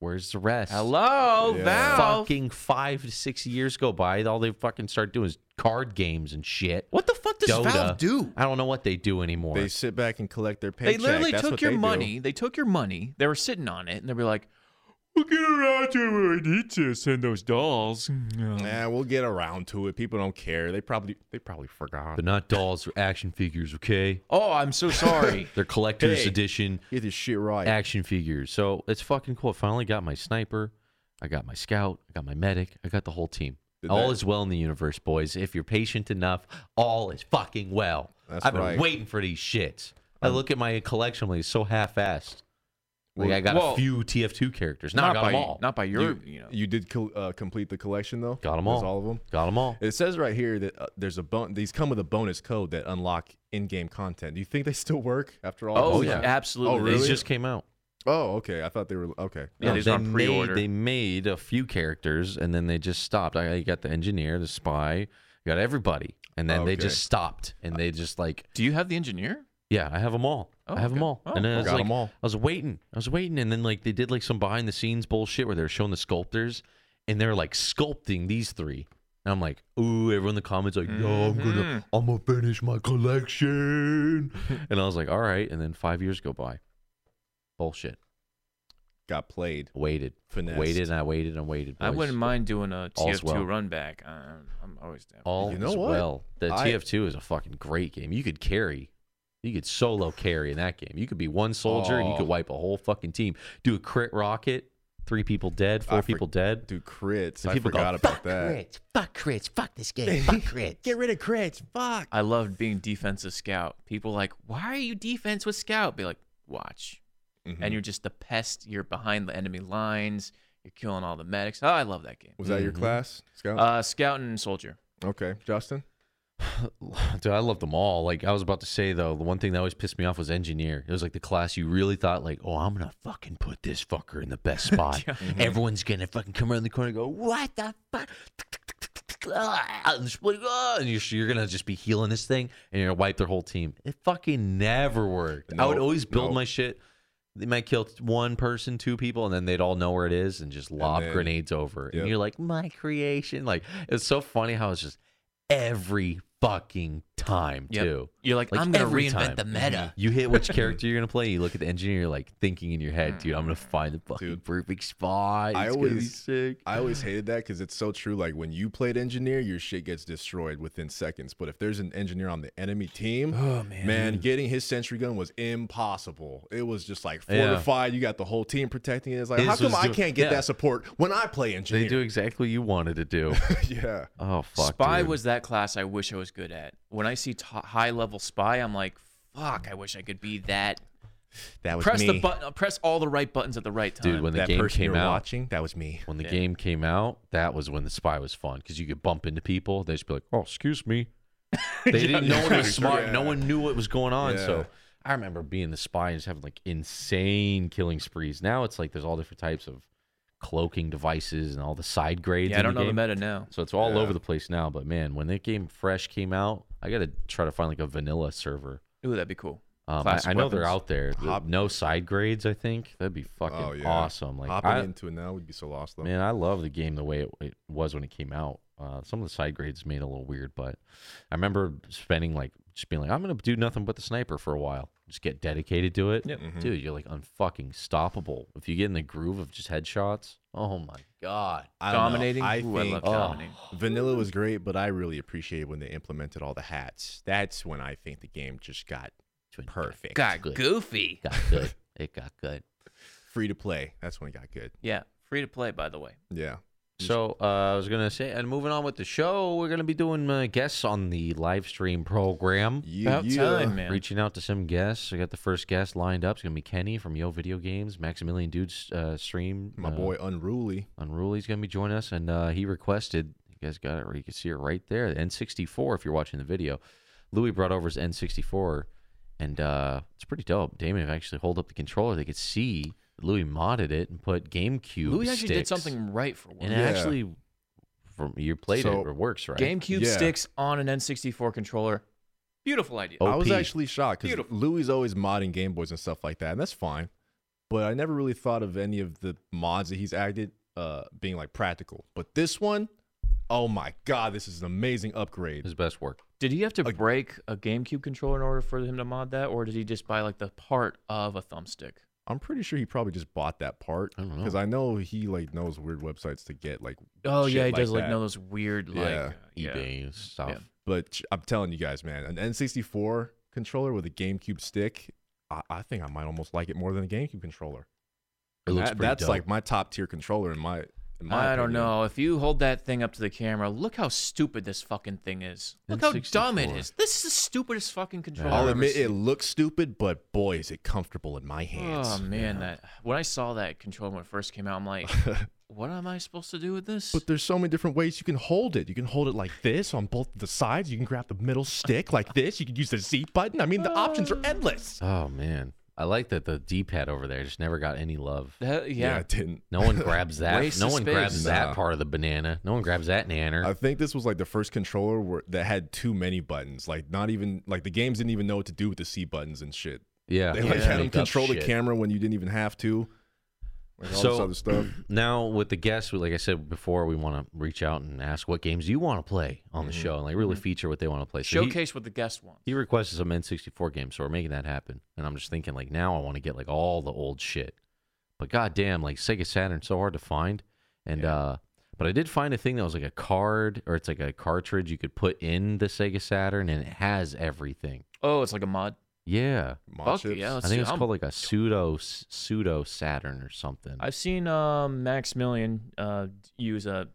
Speaker 1: where's the rest?
Speaker 3: Hello,
Speaker 2: Yeah.
Speaker 3: Valve.
Speaker 1: Fucking five to six years go by. All they fucking start doing is card games and shit.
Speaker 3: What the fuck does
Speaker 1: Dota.
Speaker 3: Valve do?
Speaker 1: I don't know what they do anymore.
Speaker 2: they sit back and collect their
Speaker 3: They
Speaker 2: paycheck.
Speaker 3: literally
Speaker 2: That's
Speaker 3: took
Speaker 2: what
Speaker 3: your
Speaker 2: they do.
Speaker 3: money. They took your money. They were sitting on it, and they'll be like, "We'll get around to it when we need to send those dolls."
Speaker 2: Nah, we'll get around to it. People don't care. They probably they probably forgot.
Speaker 1: but not dolls or action figures, okay?
Speaker 3: Oh, I'm so sorry.
Speaker 1: They're collector's
Speaker 2: Hey.
Speaker 1: edition
Speaker 2: Get this shit right.
Speaker 1: action figures. So it's fucking cool. I finally got my sniper. I got my scout. I got my medic. I got the whole team.
Speaker 2: Did
Speaker 1: all
Speaker 2: that-
Speaker 1: is well in the universe, boys. If you're patient enough, all is fucking well.
Speaker 2: That's
Speaker 1: I've been
Speaker 2: right. Um,
Speaker 1: waiting for these shits. I look at my collection like it's so half-assed. Like
Speaker 2: Well,
Speaker 1: I got
Speaker 3: well,
Speaker 1: a few TF2 characters. Now I got
Speaker 3: by
Speaker 1: them all.
Speaker 3: not by your, you, know.
Speaker 2: You did col- uh, complete the collection though.
Speaker 1: Got 'em
Speaker 2: That's
Speaker 1: all.
Speaker 2: All of them.
Speaker 1: Got them all.
Speaker 2: It says right here that uh, there's a bon- these come with a bonus code that unlock in-game content. Do you think they still work after all?
Speaker 3: Oh,
Speaker 2: this
Speaker 3: yeah,
Speaker 2: time?
Speaker 3: absolutely.
Speaker 2: Oh
Speaker 3: They
Speaker 1: These
Speaker 2: really?
Speaker 1: just came out.
Speaker 2: oh okay. I thought they were okay.
Speaker 3: Yeah,
Speaker 1: No,
Speaker 3: these
Speaker 1: they
Speaker 3: are on
Speaker 1: made
Speaker 3: pre-order.
Speaker 1: they made a few characters and then they just stopped. I, I got the engineer, the spy, got everybody, and then they
Speaker 2: Okay.
Speaker 1: just stopped and they just like
Speaker 3: Do you have the engineer?
Speaker 1: Yeah, I have them all.
Speaker 3: Oh,
Speaker 1: I have them
Speaker 3: okay.
Speaker 1: all.
Speaker 3: Oh,
Speaker 1: and then I was
Speaker 2: Got
Speaker 1: like,
Speaker 2: 'em all.
Speaker 1: I was waiting. I was waiting, and then like they did like some behind the scenes bullshit where they were showing the sculptors, and they're like sculpting these three. And I'm like, ooh, everyone in the comments like, yo, I'm gonna,
Speaker 2: Mm-hmm.
Speaker 1: I'm gonna finish my collection. and I was like, all right. And then five years go by. Bullshit.
Speaker 2: Got played.
Speaker 1: Waited,
Speaker 2: Finessed.
Speaker 1: waited, and I waited and waited.
Speaker 3: I
Speaker 1: boys.
Speaker 3: wouldn't mind doing a
Speaker 1: All's
Speaker 3: TF2
Speaker 1: well.
Speaker 3: run back. I'm, I'm always down.
Speaker 1: All
Speaker 2: You know
Speaker 1: is
Speaker 2: what?
Speaker 1: well. The
Speaker 2: I-
Speaker 1: TF2 is a fucking great game. You could carry, you could solo carry in that game. You could be one soldier and you could
Speaker 2: Oh.
Speaker 1: wipe a whole fucking team. Do a crit rocket, three people dead, four
Speaker 2: I for-
Speaker 1: people dead.
Speaker 2: Do crits.
Speaker 1: And
Speaker 2: I
Speaker 1: people go,
Speaker 2: forgot about that.
Speaker 5: Crits. Fuck crits. Fuck this game. Fuck crits.
Speaker 2: rid of crits. Fuck.
Speaker 3: I loved being defensive scout. People like, why are you defense with scout? Be like, watch.
Speaker 1: Mm-hmm.
Speaker 3: And you're just the pest. You're behind the enemy lines. You're killing all the medics. Oh, I love that game.
Speaker 2: Was that your class, Scout?
Speaker 3: Uh, scout and soldier.
Speaker 2: okay, Justin.
Speaker 1: Dude, I love them all. Like I was about to say though, the one thing that always pissed me off was engineer. It was like the class you really thought like, oh, I'm gonna fucking put this fucker in the best spot.
Speaker 2: Mm-hmm.
Speaker 1: Everyone's gonna fucking come around the corner and go, what the fuck? Ah, and just like, ah, and you're, you're gonna just be healing this thing, and you're gonna wipe their whole team. It fucking never worked. I would
Speaker 2: Nope,
Speaker 1: always build
Speaker 2: nope.
Speaker 1: my shit. They might kill one person, two people, and then they'd all know where it is and just lob
Speaker 2: then-
Speaker 1: grenades over.
Speaker 2: Yep.
Speaker 1: And you're like, my creation. Like it's so funny how it's just every fucking time
Speaker 3: Yep.
Speaker 1: too.
Speaker 3: You're like,
Speaker 1: Like
Speaker 3: I'm gonna
Speaker 1: every
Speaker 3: reinvent
Speaker 1: time. Mm-hmm.
Speaker 3: the meta.
Speaker 1: You hit which character you're gonna play. You look at the engineer. You're like thinking in your head, dude, I'm gonna find the fucking
Speaker 2: Dude.
Speaker 1: perfect spot. It's
Speaker 2: I
Speaker 1: gonna be
Speaker 2: always-
Speaker 1: sick.
Speaker 2: I always hated that because it's so true. Like when you played engineer, your shit gets destroyed within seconds. But if there's an engineer on the enemy team,
Speaker 3: Oh, man.
Speaker 2: getting his sentry gun was impossible. It was just like
Speaker 1: Yeah.
Speaker 2: fortified. You got the whole team protecting it. It's like
Speaker 1: His
Speaker 2: how come
Speaker 1: was
Speaker 2: I
Speaker 1: do-
Speaker 2: can't get
Speaker 1: yeah.
Speaker 2: that support when I play engineer?
Speaker 1: They do exactly what you wanted to do.
Speaker 2: yeah,
Speaker 1: Oh fuck.
Speaker 3: spy
Speaker 1: dude.
Speaker 3: was that class I wish I was good at. When I see t- high level spy, I'm like, fuck, I wish I could be that.
Speaker 2: that was
Speaker 3: Press the button. uh, Press all the right buttons at the right time.
Speaker 1: dude when the game came out.
Speaker 2: watching, that was me.
Speaker 1: When the game came out, that was when the spy was fun because you could bump into people. They'd just be like, "Oh, excuse me." They didn't. No one was smart. No
Speaker 2: Yeah.
Speaker 1: one knew what was going on.
Speaker 2: Yeah.
Speaker 1: So I remember being the spy and just having like insane killing sprees. Now it's like there's all different types of cloaking devices and all the side grades.
Speaker 3: yeah, I
Speaker 1: in
Speaker 3: don't
Speaker 1: the
Speaker 3: know the
Speaker 1: game.
Speaker 3: meta now.
Speaker 1: So it's all
Speaker 2: Yeah.
Speaker 1: over the place now. But man, when that game fresh came out, I gotta try to find like a vanilla server.
Speaker 3: Ooh, that'd be cool.
Speaker 1: Um, I,
Speaker 3: Classic
Speaker 1: I know they're
Speaker 3: weapons.
Speaker 1: out there.
Speaker 2: Hop-
Speaker 1: No side grades. I think that'd be fucking
Speaker 2: Oh yeah,
Speaker 1: awesome. Like
Speaker 2: hopping
Speaker 1: I-
Speaker 2: into it now, we'd be so lost though.
Speaker 1: Man, I love the game the way it, it was when it came out. Uh, some of the side grades made it a little weird, but I remember spending like just being like, I'm gonna do nothing but the sniper for a while. Just get dedicated to it.
Speaker 3: Yep.
Speaker 2: Mm-hmm.
Speaker 1: Dude, you're like unfucking stoppable. If you get in the groove of just headshots, oh my god.
Speaker 2: I don't know.
Speaker 3: Dominating.
Speaker 2: I
Speaker 3: Ooh, I
Speaker 2: think
Speaker 3: love
Speaker 1: oh,
Speaker 3: dominating.
Speaker 2: vanilla was great, but I really appreciated when they implemented all the hats. That's when I think the game just got perfect.
Speaker 3: Got
Speaker 1: good.
Speaker 3: goofy.
Speaker 1: It got good. it got good.
Speaker 2: Free to play. That's when it got good.
Speaker 3: Yeah, free to play, by the way.
Speaker 2: Yeah.
Speaker 1: So uh, I was gonna say, and moving on with the show, we're gonna be doing uh, guests on the live stream program.
Speaker 2: You,
Speaker 3: About
Speaker 2: you- uh,
Speaker 3: time, man.
Speaker 1: Reaching out to some guests. I got the first guest lined up. It's gonna be Kenny from Yo Video Games, Maximilian Dude's uh, stream.
Speaker 2: My
Speaker 1: uh,
Speaker 2: boy Unruly.
Speaker 1: Unruly's gonna be joining us, and uh, he requested. You guys got it. right- You can see it right there. The N64. If you're watching the video, Louis brought over his N64, and uh, it's pretty dope. Damon actually hold up the controller. They could see Louis modded it and put GameCube.
Speaker 3: Louis actually did
Speaker 1: sticks.
Speaker 3: something right for once.
Speaker 1: and it
Speaker 2: Yeah.
Speaker 1: actually, from you played
Speaker 2: So-
Speaker 1: it, it works right.
Speaker 3: GameCube
Speaker 2: Yeah.
Speaker 3: sticks on an N64 controller. Beautiful idea.
Speaker 1: Oh.
Speaker 2: I was
Speaker 1: OP.
Speaker 2: actually shocked because
Speaker 3: Beautiful.
Speaker 2: Louis always modding Game Boys and stuff like that, and that's fine. But I never really thought of any of the mods that he's acted uh, being like practical. But this one, oh my god, this is an amazing upgrade.
Speaker 1: His best work.
Speaker 3: Did he have to
Speaker 2: A-
Speaker 3: break a GameCube controller in order for him to mod that, or did he just buy like the part of a thumbstick?
Speaker 2: I'm pretty sure he probably just bought that part
Speaker 1: I don't know.
Speaker 2: because I, know he like knows weird websites to get like.
Speaker 3: Oh
Speaker 2: shit
Speaker 3: yeah, he
Speaker 2: like
Speaker 3: does like
Speaker 2: that.
Speaker 3: know those weird like
Speaker 2: Yeah.
Speaker 3: uh, yeah.
Speaker 1: eBay stuff.
Speaker 3: Yeah.
Speaker 2: But ch- I'm telling you guys, man, an N64 controller with a GameCube stick, I, I think I might almost like it more than a GameCube controller.
Speaker 1: It looks
Speaker 2: That-
Speaker 1: pretty
Speaker 2: that's
Speaker 1: dope.
Speaker 2: like my top tier controller in my. In my
Speaker 3: I don't
Speaker 2: opinion.
Speaker 3: know. If you hold that thing up to the camera, look how stupid this fucking thing is. Look how dumb it
Speaker 1: N64.
Speaker 3: is. This is the stupidest fucking controller.
Speaker 1: Yeah.
Speaker 3: I've
Speaker 2: I'll
Speaker 3: ever
Speaker 2: admit it
Speaker 3: seen.
Speaker 2: looks stupid, but boy, is it comfortable in my hands.
Speaker 3: Oh man, that when I saw that controller when it first came out, I'm like, what am I supposed to do with this?
Speaker 2: But there's so many different ways you can hold it. You can hold it like this on both the sides. You can grab the middle stick like this. You can use the Z button. I mean, the options are endless.
Speaker 1: Oh man, I like that the D-pad over there just never got any love.
Speaker 3: That-
Speaker 2: I
Speaker 3: yeah,
Speaker 2: didn't.
Speaker 1: No one grabs that.
Speaker 3: Waste
Speaker 1: no
Speaker 3: of
Speaker 1: one grabs
Speaker 3: space.
Speaker 1: that
Speaker 2: Nah.
Speaker 1: part of the banana. No one grabs that nanner.
Speaker 2: I think this was like the first controller where, that had too many buttons. Like, not even, like, the games didn't even know what to do with the C buttons and shit.
Speaker 1: yeah,
Speaker 2: They like
Speaker 1: yeah.
Speaker 2: had them
Speaker 1: Make up
Speaker 2: control the
Speaker 1: shit.
Speaker 2: camera when you didn't even have to. Like, all
Speaker 1: So-
Speaker 2: this other stuff.
Speaker 1: Now with the guests, we- like I said before, we want to reach out and ask what games you want to play on
Speaker 2: Mm-hmm.
Speaker 1: the show, and like really feature what they want to play. So he-
Speaker 3: showcase what the guest wants.
Speaker 1: He, requested some N64 games, so we're making that happen. And I'm just thinking, like now I want to get like all the old shit, but goddamn, like Sega Saturn, so hard to find. And uh, but I did find a thing that was like a card, or it's like a cartridge you could put in the Sega Saturn, and it has everything.
Speaker 3: Oh, it's like a mod.
Speaker 1: Yeah.
Speaker 2: Mod
Speaker 3: Fuck
Speaker 2: chips.
Speaker 3: yeah, let's
Speaker 1: I think
Speaker 3: do-
Speaker 1: it's
Speaker 3: I'm-
Speaker 1: called like a pseudo pseudo Saturn or something.
Speaker 3: I've seen um, Max Million uh, use a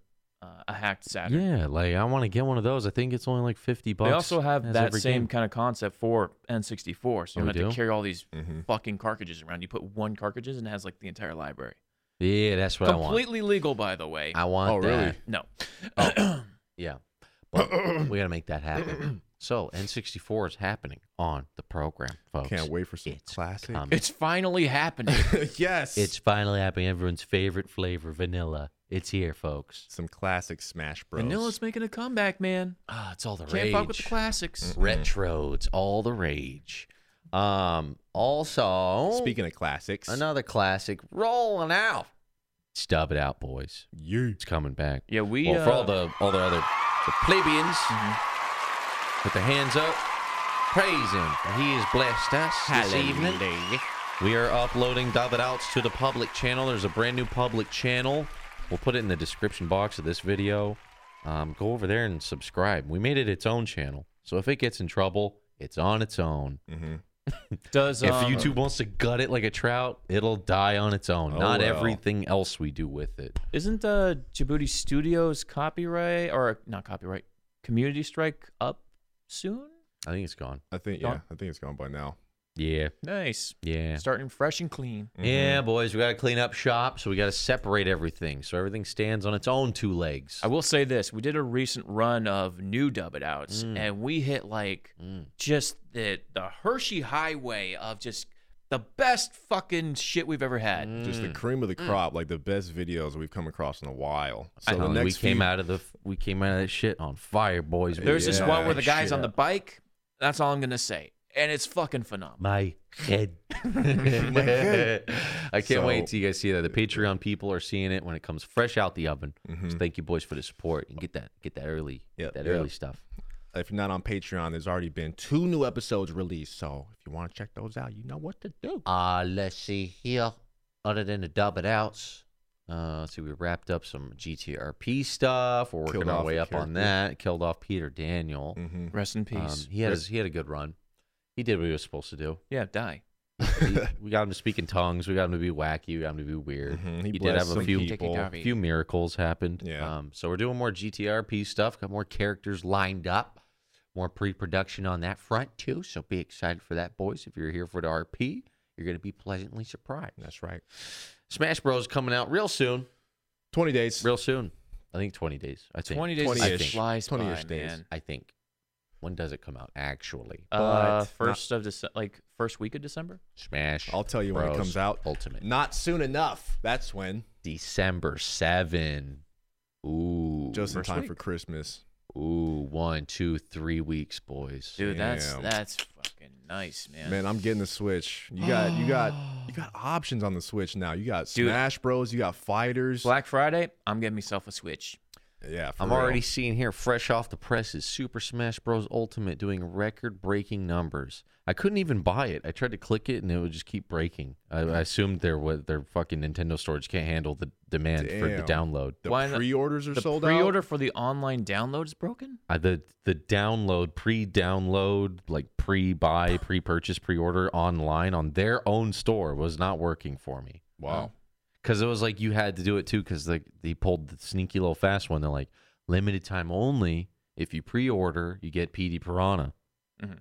Speaker 3: uh, a hacked Saturn.
Speaker 1: yeah, like I want to get one of those. I think it's only like fifty bucks.
Speaker 3: They also have
Speaker 1: Has
Speaker 3: that
Speaker 1: every
Speaker 3: same
Speaker 1: game.
Speaker 3: kind of concept for N64,
Speaker 1: Oh,
Speaker 3: so you don't
Speaker 1: we
Speaker 3: have
Speaker 1: do? Mm-hmm.
Speaker 3: to carry all these
Speaker 2: Mhm.
Speaker 3: fucking cartridges around. You put one cartridge in and it has like the entire library.
Speaker 1: Yeah, that's what
Speaker 3: Completely legal, by the way.
Speaker 1: I want. I want.
Speaker 2: Oh, really?
Speaker 1: that.
Speaker 3: no,
Speaker 1: Yeah, but we gotta make that happen. So N64 is happening on the program, folks.
Speaker 2: Can't wait for some
Speaker 1: It's
Speaker 2: classic.
Speaker 1: coming.
Speaker 3: It's finally happening.
Speaker 2: yes.
Speaker 1: It's finally happening. Everyone's favorite flavor, vanilla. It's here, folks.
Speaker 2: some classic Smash Bros.
Speaker 3: Vanilla's making a comeback, man.
Speaker 1: Ah, it's all the
Speaker 3: Can't
Speaker 1: rage. Mm.
Speaker 3: fuck with the classics.
Speaker 1: Retro, it's all the rage. Um, also,
Speaker 2: Speaking of classics,
Speaker 1: another classic, rolling out. Stub it out, boys.
Speaker 2: you
Speaker 1: It's coming back.
Speaker 3: Yeah, we.
Speaker 1: Well, for
Speaker 3: uh,
Speaker 1: all the all the other the plebeians
Speaker 3: Mm-hmm.
Speaker 1: with their hands up, praise him. He has blessed us this evening. We are uploading David Outs to the public channel. There's a brand new public channel. We'll put it in the description box of this video. Um, go over there and subscribe. We made it its own channel, so if it gets in trouble, it's on its own.
Speaker 3: does
Speaker 1: If
Speaker 3: um,
Speaker 1: YouTube wants to gut it like a trout, it'll die on its own.
Speaker 2: Oh,
Speaker 1: Not
Speaker 2: well.
Speaker 1: everything else we do with it.
Speaker 3: isn't uh, Djibouti Studios copyright or not copyright community strike up soon?
Speaker 1: I think it's gone.
Speaker 2: I think yeah, I think it's gone by now.
Speaker 1: Yeah,
Speaker 3: Nice.
Speaker 1: yeah.
Speaker 3: Starting fresh and clean.
Speaker 1: Yeah,
Speaker 3: mm-hmm.
Speaker 1: boys, we got to clean up shop, so we got to separate everything so everything stands on its own two legs.
Speaker 3: I will say this: we did a recent run of new dub it outs, and we hit like just the the Hershey Highway of just the best fucking shit we've ever had.
Speaker 2: Just
Speaker 1: Mm.
Speaker 2: the cream of the crop, like the best videos we've come across in a while.
Speaker 1: I
Speaker 2: the
Speaker 1: know, we came
Speaker 2: few-
Speaker 1: out of the we came out of that shit on fire, boys.
Speaker 3: There's this
Speaker 2: Yeah,
Speaker 3: one where the
Speaker 2: that
Speaker 3: guy's
Speaker 2: shit
Speaker 3: on the
Speaker 2: up.
Speaker 3: bike. That's all I'm gonna say, and it's fucking phenomenal.
Speaker 1: my head. I can't wait till you guys see that. The Patreon people are seeing it when it comes fresh out the oven.
Speaker 3: Mm-hmm.
Speaker 1: So thank you, boys, for the support and get that get that early
Speaker 2: Yeah,
Speaker 1: that
Speaker 2: yeah.
Speaker 1: early stuff.
Speaker 2: If you're not on Patreon, there's already been two new episodes released. So if you want to check those out, you know what to do.
Speaker 1: Uh, let's see here. Other than the dub it outs, uh, let's see, we wrapped up some GTRP stuff. We're working
Speaker 2: Killed
Speaker 1: our
Speaker 2: off
Speaker 1: way
Speaker 2: a
Speaker 1: up on
Speaker 2: character.
Speaker 1: that. Killed off Peter Daniel.
Speaker 2: Mm-hmm.
Speaker 3: Rest in peace.
Speaker 1: Um, he had his, he had a good run. He did what he was supposed to do.
Speaker 3: yeah, die.
Speaker 1: He-
Speaker 2: Mm-hmm.
Speaker 1: we got him to speak in tongues. We got him to be wacky. We got him to be weird.
Speaker 2: Mhm,
Speaker 1: He, did
Speaker 2: blessed
Speaker 1: have a
Speaker 2: some
Speaker 1: few
Speaker 3: people.
Speaker 1: a few miracles happened.
Speaker 2: Yeah.
Speaker 1: Um, so we're doing more GTRP stuff. Got more characters lined up. More pre-production on that front too. So be excited for that, boys. If you're here for the RP, you're going to be pleasantly surprised.
Speaker 2: That's right.
Speaker 1: Smash Bros coming out real soon.
Speaker 2: 20 days.
Speaker 1: Real soon. I think 20 days. I think.
Speaker 3: Twenty days
Speaker 2: 20-ish.
Speaker 3: just flies by,
Speaker 2: 20-ish days.
Speaker 3: man.
Speaker 1: I think. When does it come out actually?
Speaker 3: Uh,
Speaker 2: But
Speaker 3: first of Dece- like first week of December.
Speaker 1: Smash.
Speaker 2: I'll tell you when it
Speaker 1: Bros.
Speaker 2: comes out.
Speaker 1: Ultimate.
Speaker 2: Not soon enough. That's when.
Speaker 1: December 7. Ooh.
Speaker 2: Just in
Speaker 3: first
Speaker 2: time
Speaker 3: week.
Speaker 2: for Christmas.
Speaker 1: Ooh, one, two, three weeks, boys.
Speaker 3: Dude, that's
Speaker 2: Damn.
Speaker 3: that's fucking nice, man.
Speaker 2: Man, I'm getting the Switch. You got you got you got options on the Switch now. You got
Speaker 3: Dude.
Speaker 2: Smash Bros. You got Fighters.
Speaker 3: Black Friday, I'm getting myself a Switch.
Speaker 2: yeah, for
Speaker 1: I'm
Speaker 2: real.
Speaker 1: already seeing here, fresh off the presses, Super Smash Bros. Ultimate doing record-breaking numbers. I couldn't even buy it. I tried to click it, and it would just keep breaking. I, I assumed their what their fucking Nintendo storage can't handle the demand for the
Speaker 2: Damn.
Speaker 1: download.
Speaker 2: The
Speaker 3: Why not-
Speaker 2: pre-orders are
Speaker 3: The
Speaker 2: sold out.
Speaker 3: pre-order for the online download is broken.
Speaker 1: Uh, the the download, pre-download, like pre-buy, pre-purchase, pre-order online on their own store was not working for me.
Speaker 2: Wow.
Speaker 1: because it was like you had to do it too because like they pulled the sneaky little fast one. They're like limited time only. If you pre-order, you get PD Piranha.
Speaker 2: Mm-hmm.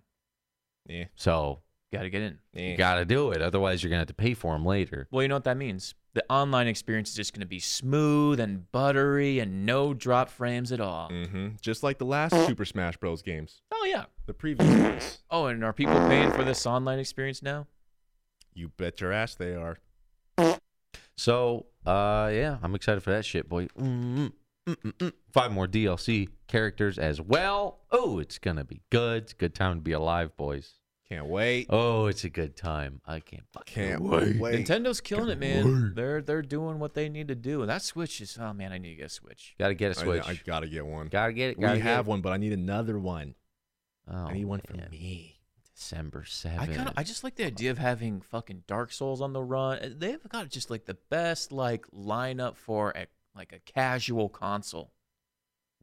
Speaker 2: Yeah.
Speaker 1: So
Speaker 3: Got to get in.
Speaker 1: you got to do it, otherwise you're gonna have to pay for them later.
Speaker 3: Well, you know what that means. The online experience is just going to be smooth and buttery and no drop frames at all.
Speaker 2: hmm Just like the last Super Smash Bros. games,
Speaker 3: Oh yeah.
Speaker 2: the previous ones.
Speaker 3: Oh, and are people paying for this online experience now?
Speaker 2: You bet your ass they are.
Speaker 1: So uh, yeah, I'm excited for that shit, boy. Mm-mm, mm-mm. Five more DLC characters as well. Oh, it's gonna be good. It's a good time to be alive, boys.
Speaker 2: Can't wait.
Speaker 1: Oh, it's a good time. I can't fucking
Speaker 2: Can't wait.
Speaker 3: Nintendo's killing it, man. They're they're doing what they need to do. And that Switch is oh man, I need to get a Switch.
Speaker 1: Gotta get a
Speaker 2: I-
Speaker 1: switch.
Speaker 2: I, gotta get one.
Speaker 1: gotta get it.
Speaker 2: we
Speaker 1: Gotta get
Speaker 2: have
Speaker 1: it.
Speaker 2: one, but I need another one.
Speaker 1: Oh,
Speaker 2: I need one for
Speaker 1: man.
Speaker 2: me.
Speaker 1: December seventh.
Speaker 3: I kind of I just like the idea of having fucking Dark Souls on the run. Uh, They've got just like the best like lineup for a, like a casual console.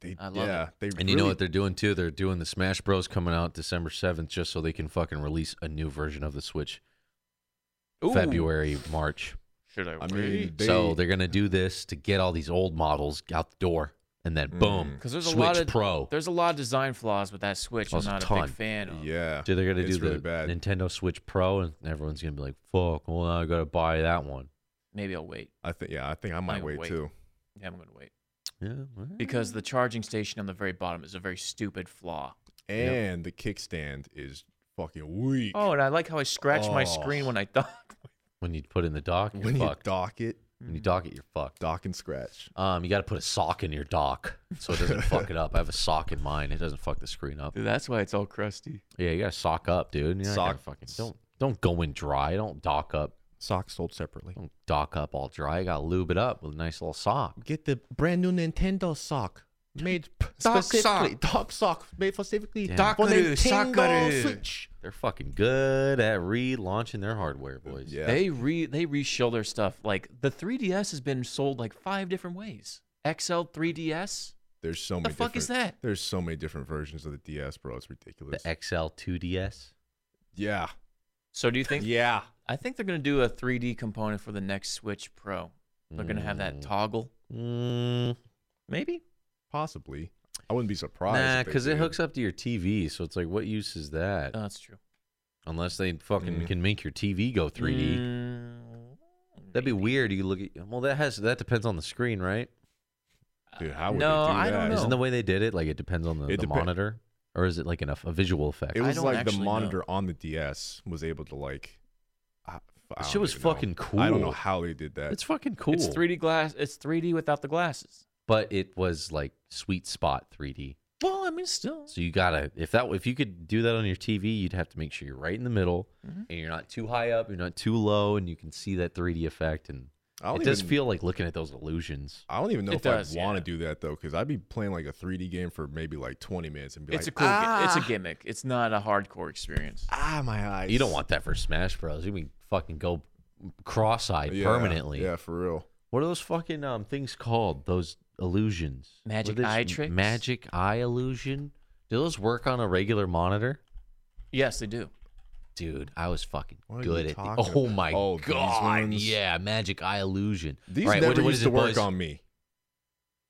Speaker 2: They,
Speaker 3: I love
Speaker 2: yeah,
Speaker 3: it.
Speaker 2: they
Speaker 1: And you know
Speaker 2: really-
Speaker 1: what they're doing too? They're doing the Smash Bros coming out December 7th just so they can fucking release a new version of the Switch
Speaker 3: Ooh.
Speaker 1: February, March.
Speaker 3: Should I
Speaker 2: I mean, they,
Speaker 1: so they're going to do this to get all these old models out the door and then boom.
Speaker 3: Because there's a
Speaker 1: Switch
Speaker 3: lot of
Speaker 1: Pro.
Speaker 3: There's a lot of design flaws with that Switch.
Speaker 1: Oh,
Speaker 3: I'm
Speaker 1: it's a
Speaker 3: not a,
Speaker 1: ton.
Speaker 3: big fan of.
Speaker 2: yeah,
Speaker 1: So they're going to do
Speaker 2: it's
Speaker 1: the
Speaker 2: really bad.
Speaker 1: Nintendo Switch Pro and everyone's going to be like, fuck, well, now I got to buy that one.
Speaker 3: Maybe I'll wait.
Speaker 2: I think yeah, I think I might
Speaker 3: I'll
Speaker 2: wait,
Speaker 3: wait.
Speaker 2: too.
Speaker 3: Yeah, I'm gonna wait
Speaker 1: Yeah. well.
Speaker 3: because the charging station on the very bottom is a very stupid flaw.
Speaker 2: and the kickstand is fucking weak.
Speaker 3: Oh, and I like how I scratched my
Speaker 2: Oh.
Speaker 3: screen when I thought.
Speaker 1: When you put in the dock, you're
Speaker 2: when you
Speaker 1: fucked.
Speaker 2: dock it,
Speaker 1: when you dock it, you're fucked.
Speaker 2: dock and scratch.
Speaker 1: Um, you got to put a sock in your dock so it doesn't fuck it up. I have a sock in mine. It doesn't fuck the screen up.
Speaker 3: Dude, that's why it's all crusty.
Speaker 1: Yeah, you got to sock up, dude. You're not gonna
Speaker 2: Sock-
Speaker 1: fucking don't don't go in dry. Don't dock up.
Speaker 2: Socks sold separately.
Speaker 1: Don't dock up all dry. You got to lube it up with a nice little sock.
Speaker 2: Get the brand new Nintendo sock made
Speaker 3: Dock
Speaker 2: specifically. Dock sock made specifically
Speaker 1: Damn.
Speaker 2: for
Speaker 3: Dockeru,
Speaker 2: Nintendo
Speaker 3: sockeru.
Speaker 2: Switch.
Speaker 1: They're fucking good at relaunching their hardware, boys.
Speaker 2: Yeah.
Speaker 3: They re they reshill their stuff. Like the 3DS has been sold like five different ways. XL 3DS.
Speaker 2: There's so
Speaker 3: The
Speaker 2: many.
Speaker 3: fuck is
Speaker 2: different-
Speaker 3: that?
Speaker 2: There's so many different versions of the DS, bro. It's
Speaker 1: The
Speaker 2: ridiculous.
Speaker 1: XL2DS.
Speaker 2: yeah.
Speaker 3: So do you think?
Speaker 2: Yeah.
Speaker 3: I think they're gonna do a 3D component for the next Switch Pro. They're gonna have that toggle.
Speaker 1: Mm, maybe.
Speaker 2: Possibly. I wouldn't be surprised.
Speaker 1: Nah, because
Speaker 2: because
Speaker 1: it hooks up to your TV, so it's like, what use is that?
Speaker 2: Uh,
Speaker 3: Oh, that's true.
Speaker 1: Unless they fucking
Speaker 2: Mm.
Speaker 1: can make your TV go 3D.
Speaker 3: Mm,
Speaker 1: That'd be weird. You look at well, that has that depends on the screen, right?
Speaker 2: Dude, how would
Speaker 3: No,
Speaker 2: they do
Speaker 3: I
Speaker 2: that?
Speaker 3: don't know.
Speaker 1: Isn't the way they did it like it depends on the,
Speaker 2: It
Speaker 1: the
Speaker 2: depen-
Speaker 1: monitor, or is it like enough a visual effect?
Speaker 2: It
Speaker 3: I
Speaker 2: was
Speaker 3: don't
Speaker 2: like the
Speaker 3: actually know.
Speaker 2: monitor on the DS was able to like. I, I
Speaker 1: That shit
Speaker 2: don't
Speaker 1: was
Speaker 2: even know.
Speaker 1: fucking
Speaker 2: I don't
Speaker 1: cool.
Speaker 2: know how they did that.
Speaker 1: it's fucking cool.
Speaker 3: It's 3D glass. It's 3D without the glasses.
Speaker 1: but it was like sweet spot 3D.
Speaker 3: Well, I mean, still.
Speaker 1: So you gotta if that if you could do that on your TV, you'd have to make sure you're right in the middle
Speaker 3: Mm-hmm.
Speaker 1: and you're not too high up, you're not too low, and you can see that 3D effect. And
Speaker 2: I don't
Speaker 1: it does
Speaker 2: even-
Speaker 1: feel like looking at those illusions.
Speaker 2: I don't even know
Speaker 3: It
Speaker 2: if
Speaker 3: does,
Speaker 2: I want
Speaker 3: yeah.
Speaker 2: to do that though, because I'd be playing like a 3D game for maybe like 20 minutes and be
Speaker 3: It's a
Speaker 2: like,
Speaker 3: cool. gi- It's a gimmick. It's not a hardcore experience.
Speaker 2: ah, my eyes.
Speaker 1: You don't want that for Smash Bros. You can fucking go cross-eyed
Speaker 2: Yeah,
Speaker 1: permanently.
Speaker 2: Yeah, for real.
Speaker 1: What are those fucking um things called? Those illusions.
Speaker 3: Magic
Speaker 1: What is-
Speaker 3: eye tricks?
Speaker 1: Magic eye illusion. Do those work on a regular monitor?
Speaker 3: Yes, they do.
Speaker 1: Dude, I was fucking
Speaker 2: What are
Speaker 1: good
Speaker 2: you
Speaker 1: at. The,
Speaker 2: talking
Speaker 1: oh
Speaker 2: about?
Speaker 1: my
Speaker 2: Oh, these
Speaker 1: god!
Speaker 2: ones?
Speaker 1: Yeah, magic eye illusion.
Speaker 2: These
Speaker 1: Right,
Speaker 2: never
Speaker 1: what- what
Speaker 2: used
Speaker 1: is
Speaker 2: to
Speaker 1: it,
Speaker 2: work
Speaker 1: boys?
Speaker 2: on me.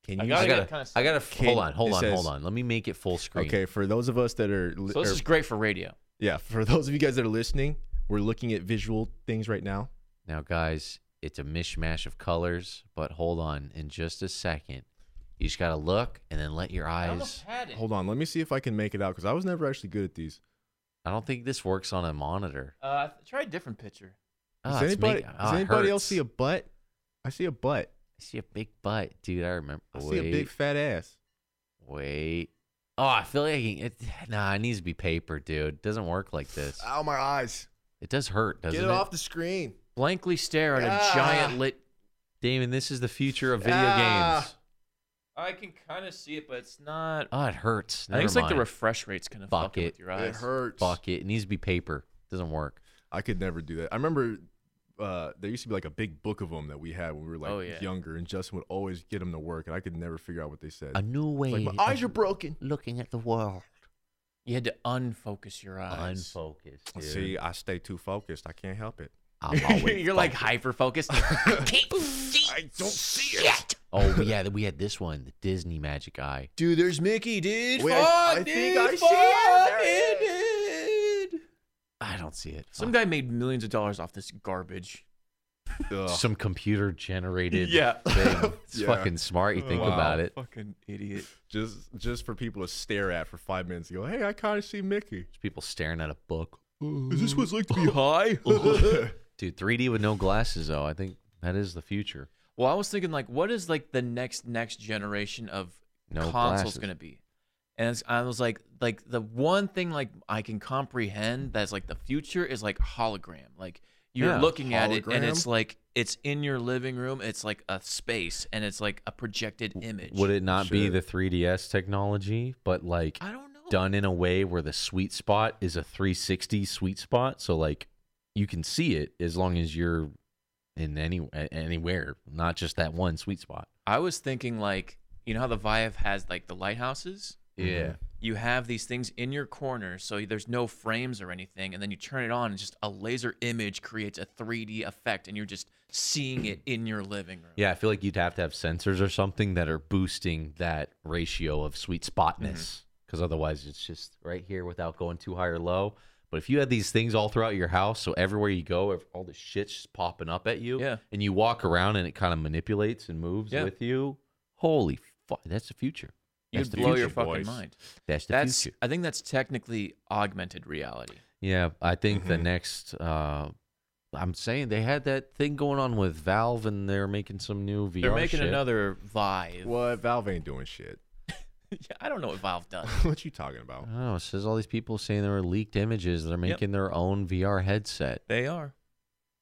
Speaker 2: Can
Speaker 3: I
Speaker 2: you?
Speaker 3: got
Speaker 1: I
Speaker 3: it.
Speaker 1: gotta,
Speaker 3: kinda
Speaker 1: I gotta.
Speaker 2: Can-
Speaker 1: hold on, hold
Speaker 2: it
Speaker 1: on, hold
Speaker 2: says-
Speaker 1: on. Let me make it full screen.
Speaker 2: Okay, for those of us that are, li-
Speaker 3: So this
Speaker 2: or-
Speaker 3: is great for radio.
Speaker 2: yeah, for those of you guys that are listening, we're looking at visual things right now.
Speaker 1: Now, guys, it's a mishmash of colors, but hold on. In just a second, you just gotta look and then let your eyes.
Speaker 3: had it.
Speaker 2: Hold on, let me see if I can make it out because I was never actually good at these.
Speaker 1: I don't think this works on a monitor.
Speaker 3: Uh, try a different picture.
Speaker 1: Ah,
Speaker 2: Does
Speaker 1: it's
Speaker 2: anybody,
Speaker 1: make-
Speaker 2: does
Speaker 1: ah, it
Speaker 2: anybody else
Speaker 1: hurts.
Speaker 2: see a butt? I see a butt.
Speaker 1: I see a big butt, dude. I remember.
Speaker 2: I
Speaker 1: wait,
Speaker 2: see a big fat ass.
Speaker 1: wait. Oh, I feel like I can, it, nah. It needs to be paper, dude. It doesn't work like this.
Speaker 2: Ow, my eyes.
Speaker 1: It does hurt, doesn't
Speaker 2: Get
Speaker 1: it?
Speaker 2: it off the screen.
Speaker 3: Blankly stare at a giant lit.
Speaker 1: Damon, this is the future of video
Speaker 2: Ah.
Speaker 1: games.
Speaker 3: I can kind of see it, but it's not.
Speaker 1: Oh, it hurts.
Speaker 3: I think it's like the
Speaker 1: Never mind.
Speaker 3: refresh rate's kind of
Speaker 1: Fuck
Speaker 3: fucking
Speaker 1: it.
Speaker 3: with your eyes.
Speaker 2: hurts.
Speaker 1: Fuck it. It needs to be paper. It doesn't work.
Speaker 2: I could never do that. I remember uh, there used to be like a big book of them that we had when we were like
Speaker 3: Oh, yeah.
Speaker 2: younger, and Justin would always get them to work, and I could never figure out what they said.
Speaker 1: A new way.
Speaker 2: It's like
Speaker 1: of
Speaker 2: my eyes are broken.
Speaker 5: Looking at the world.
Speaker 3: You had to unfocus your eyes.
Speaker 1: unfocused. Dude.
Speaker 2: See, I stay too focused. I can't help it.
Speaker 1: I'm always
Speaker 3: You're like
Speaker 1: focused.
Speaker 3: hyper focused.
Speaker 2: I don't see it,
Speaker 1: Oh yeah, we had this one, the Disney Magic Eye.
Speaker 3: dude, there's Mickey, dude.
Speaker 2: Wait, I-
Speaker 3: Fuck,
Speaker 2: I
Speaker 3: dude.
Speaker 2: think I see
Speaker 3: fuck,
Speaker 2: it.
Speaker 3: dude.
Speaker 1: I don't see it.
Speaker 3: Some
Speaker 1: Fuck.
Speaker 3: guy made millions of dollars off this garbage.
Speaker 1: Oh, some computer generated.
Speaker 3: Yeah.
Speaker 1: thing. It's
Speaker 2: Yeah. Oh.
Speaker 1: fucking smart. You think
Speaker 2: Wow.
Speaker 1: about it.
Speaker 3: Fucking idiot.
Speaker 2: just just for people to stare at for five minutes. and go, hey, I kind of see Mickey.
Speaker 1: There's people staring at a book.
Speaker 2: Is this what's like to be?
Speaker 3: Hi.
Speaker 1: Dude, 3D with no glasses though. I think that is the future.
Speaker 3: Well, I was thinking like, what is like the next next generation of
Speaker 1: No
Speaker 3: consoles
Speaker 1: glasses.
Speaker 3: gonna be? And it's, I was like, like the one thing like I can comprehend that's like the future is like hologram. Like you're
Speaker 1: Yeah,
Speaker 3: looking at it and it's
Speaker 2: hologram.
Speaker 3: like it's in your living room. It's like a space and it's like a projected image.
Speaker 1: Would it not be
Speaker 2: Shit.
Speaker 1: the 3DS technology, but like
Speaker 3: I don't know.
Speaker 1: done in a way where the sweet spot is a 360 sweet spot. So like you can see it as long as you're in any a- anywhere, not just that one sweet spot.
Speaker 3: I was thinking like you know how the Vive has like the lighthouses.
Speaker 1: Yeah.
Speaker 3: You have these things in your corner, so there's no frames or anything, and then you turn it on, and just a laser image creates a 3D effect, and you're just seeing it in your living room.
Speaker 1: Yeah, I feel like you'd have to have sensors or something that are boosting that ratio of sweet spotness
Speaker 3: Mm-hmm.
Speaker 1: because otherwise it's just right here without going too high or low. But if you had these things all throughout your house, so everywhere you go, ev- all the shit's just popping up at you,
Speaker 3: Yeah.
Speaker 1: and you walk around and it kind of manipulates and moves
Speaker 3: Yeah.
Speaker 1: with you, holy fuck, that's the future.
Speaker 3: You'd
Speaker 1: That's the
Speaker 3: blow your
Speaker 1: future,
Speaker 3: fucking
Speaker 2: boys.
Speaker 3: mind.
Speaker 1: That's the
Speaker 3: that's
Speaker 1: future.
Speaker 3: I think that's technically augmented reality.
Speaker 1: Yeah, I think the
Speaker 3: Mm-hmm.
Speaker 1: next. Uh, I'm saying they had that thing going on with Valve, and they're making some new VR.
Speaker 3: They're making
Speaker 1: shit.
Speaker 3: another Vive.
Speaker 2: What? Mm-hmm. Valve ain't doing shit.
Speaker 3: Yeah, I don't know what Valve does.
Speaker 2: what you talking about?
Speaker 1: Oh, it says all these people saying there were leaked images. They're making their own VR headset,
Speaker 3: They are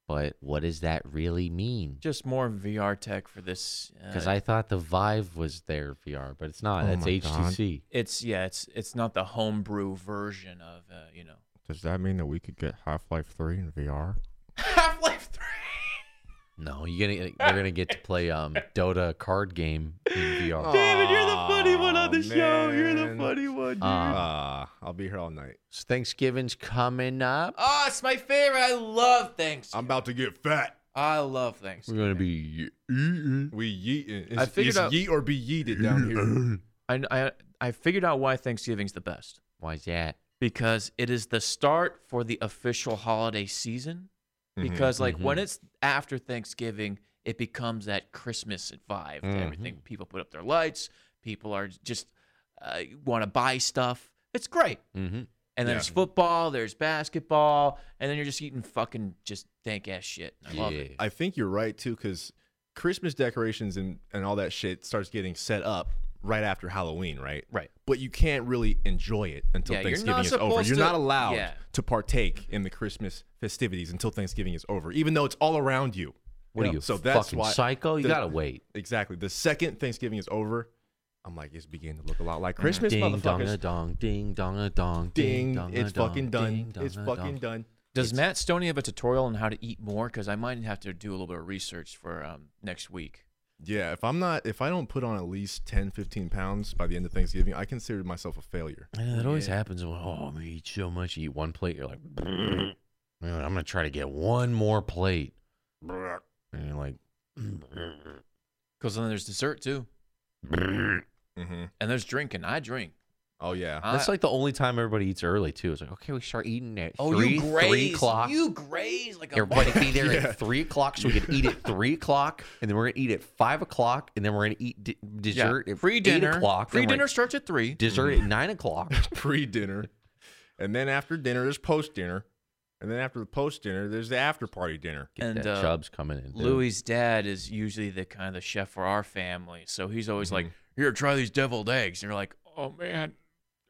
Speaker 1: but what does that really mean?
Speaker 3: just more VR tech for this.
Speaker 1: Because
Speaker 3: uh,
Speaker 1: I thought the Vive was their VR, but it's not.
Speaker 6: Oh
Speaker 1: That's
Speaker 6: my God.
Speaker 1: HTC.
Speaker 3: it's yeah, it's it's not the homebrew version of uh, you know
Speaker 6: Does that mean that we could get Half Life 3 in VR?
Speaker 3: Half Life Three.
Speaker 1: No, you're gonna you're gonna get to play um Dota card game in VR.
Speaker 2: David, you're the funny one on the show. You're the funny
Speaker 3: one.
Speaker 1: Uh,
Speaker 2: Ah, I'll be here all night.
Speaker 1: Thanksgiving's coming up.
Speaker 3: Oh, it's my favorite. I love Thanksgiving.
Speaker 2: I'm about to get fat.
Speaker 3: I love Thanksgiving.
Speaker 1: gonna be
Speaker 2: We yeeting. It's,
Speaker 3: I figured
Speaker 2: it's
Speaker 3: out-
Speaker 2: yeet or be yeeted down here.
Speaker 3: I, I I figured out why Thanksgiving's the best
Speaker 1: Why's that?
Speaker 3: because it is the start for the official holiday season. Because like when it's after Thanksgiving, it becomes that Christmas vibe. to Everything people put up their lights. People are just uh, want to buy stuff. It's great.
Speaker 1: Mm-hmm.
Speaker 3: And then
Speaker 2: Yeah.
Speaker 3: it's football. There's basketball, and then you're just eating fucking just dank ass shit. I love it.
Speaker 2: I think you're right too, because Christmas decorations and, and all that shit starts getting set up right after Halloween, right?
Speaker 3: Right.
Speaker 2: But you can't really enjoy it until
Speaker 3: Yeah, you're
Speaker 2: Thanksgiving
Speaker 3: not
Speaker 2: is over.
Speaker 3: supposed
Speaker 2: You're
Speaker 3: to-
Speaker 2: not allowed
Speaker 3: yeah.
Speaker 2: to partake in the Christmas festivities until Thanksgiving is over, even though it's all around you.
Speaker 1: What
Speaker 2: Yeah.
Speaker 1: are you?
Speaker 2: So that's
Speaker 1: fucking
Speaker 2: why
Speaker 1: psycho. You
Speaker 2: the-
Speaker 1: gotta wait.
Speaker 2: Exactly. The second Thanksgiving is over, I'm like, it's beginning to look a lot like Christmas,
Speaker 1: Mm-hmm. Ding dong a
Speaker 2: motherfuckers.
Speaker 1: dong, ding dong a dong,
Speaker 2: Ding,
Speaker 1: dong
Speaker 2: it's fucking done. it's fucking
Speaker 1: done.
Speaker 2: done.
Speaker 3: Does Matt Stoney have a tutorial on how to eat more? Because I might have to do a little bit of research for um, next week.
Speaker 2: Yeah, if I'm not, if I don't put on at least 10, 15 pounds by the end of Thanksgiving, I consider myself a failure.
Speaker 1: Yeah, that always happens. When, oh, I'm gonna eat so much. You eat one plate, you're like, "Man, I'm gonna try to get one more plate. And you're like,
Speaker 3: Mm-hmm. Because then there's dessert too,
Speaker 2: Mm-hmm.
Speaker 3: and there's drinking. I drink.
Speaker 2: Oh yeah.
Speaker 1: that's
Speaker 3: I-
Speaker 1: like the only time everybody eats early too. It's like, okay, we start eating at
Speaker 3: oh,
Speaker 1: three,
Speaker 3: you graze.
Speaker 1: three o'clock.
Speaker 3: You graze like a
Speaker 1: Everybody be there
Speaker 2: Yeah.
Speaker 1: at three o'clock, so we can eat at three o'clock, and then we're gonna eat at five o'clock, and then we're gonna eat d- dessert at
Speaker 3: Free dinner.
Speaker 1: eight o'clock. then
Speaker 3: Free
Speaker 1: we're
Speaker 3: dinner
Speaker 1: gonna
Speaker 3: starts at three.
Speaker 1: eat dessert at nine o'clock.
Speaker 2: Pre dinner, and then after dinner, there's post dinner, and then after the post dinner, there's the after party dinner.
Speaker 1: Get
Speaker 3: And,
Speaker 1: that
Speaker 3: uh,
Speaker 1: Chubb's coming in. dude.
Speaker 3: Louis's dad is usually the kind of the chef for our family, so he's always like,
Speaker 1: Mm-hmm.
Speaker 3: "Here, try these deviled eggs," and you're like, "Oh man,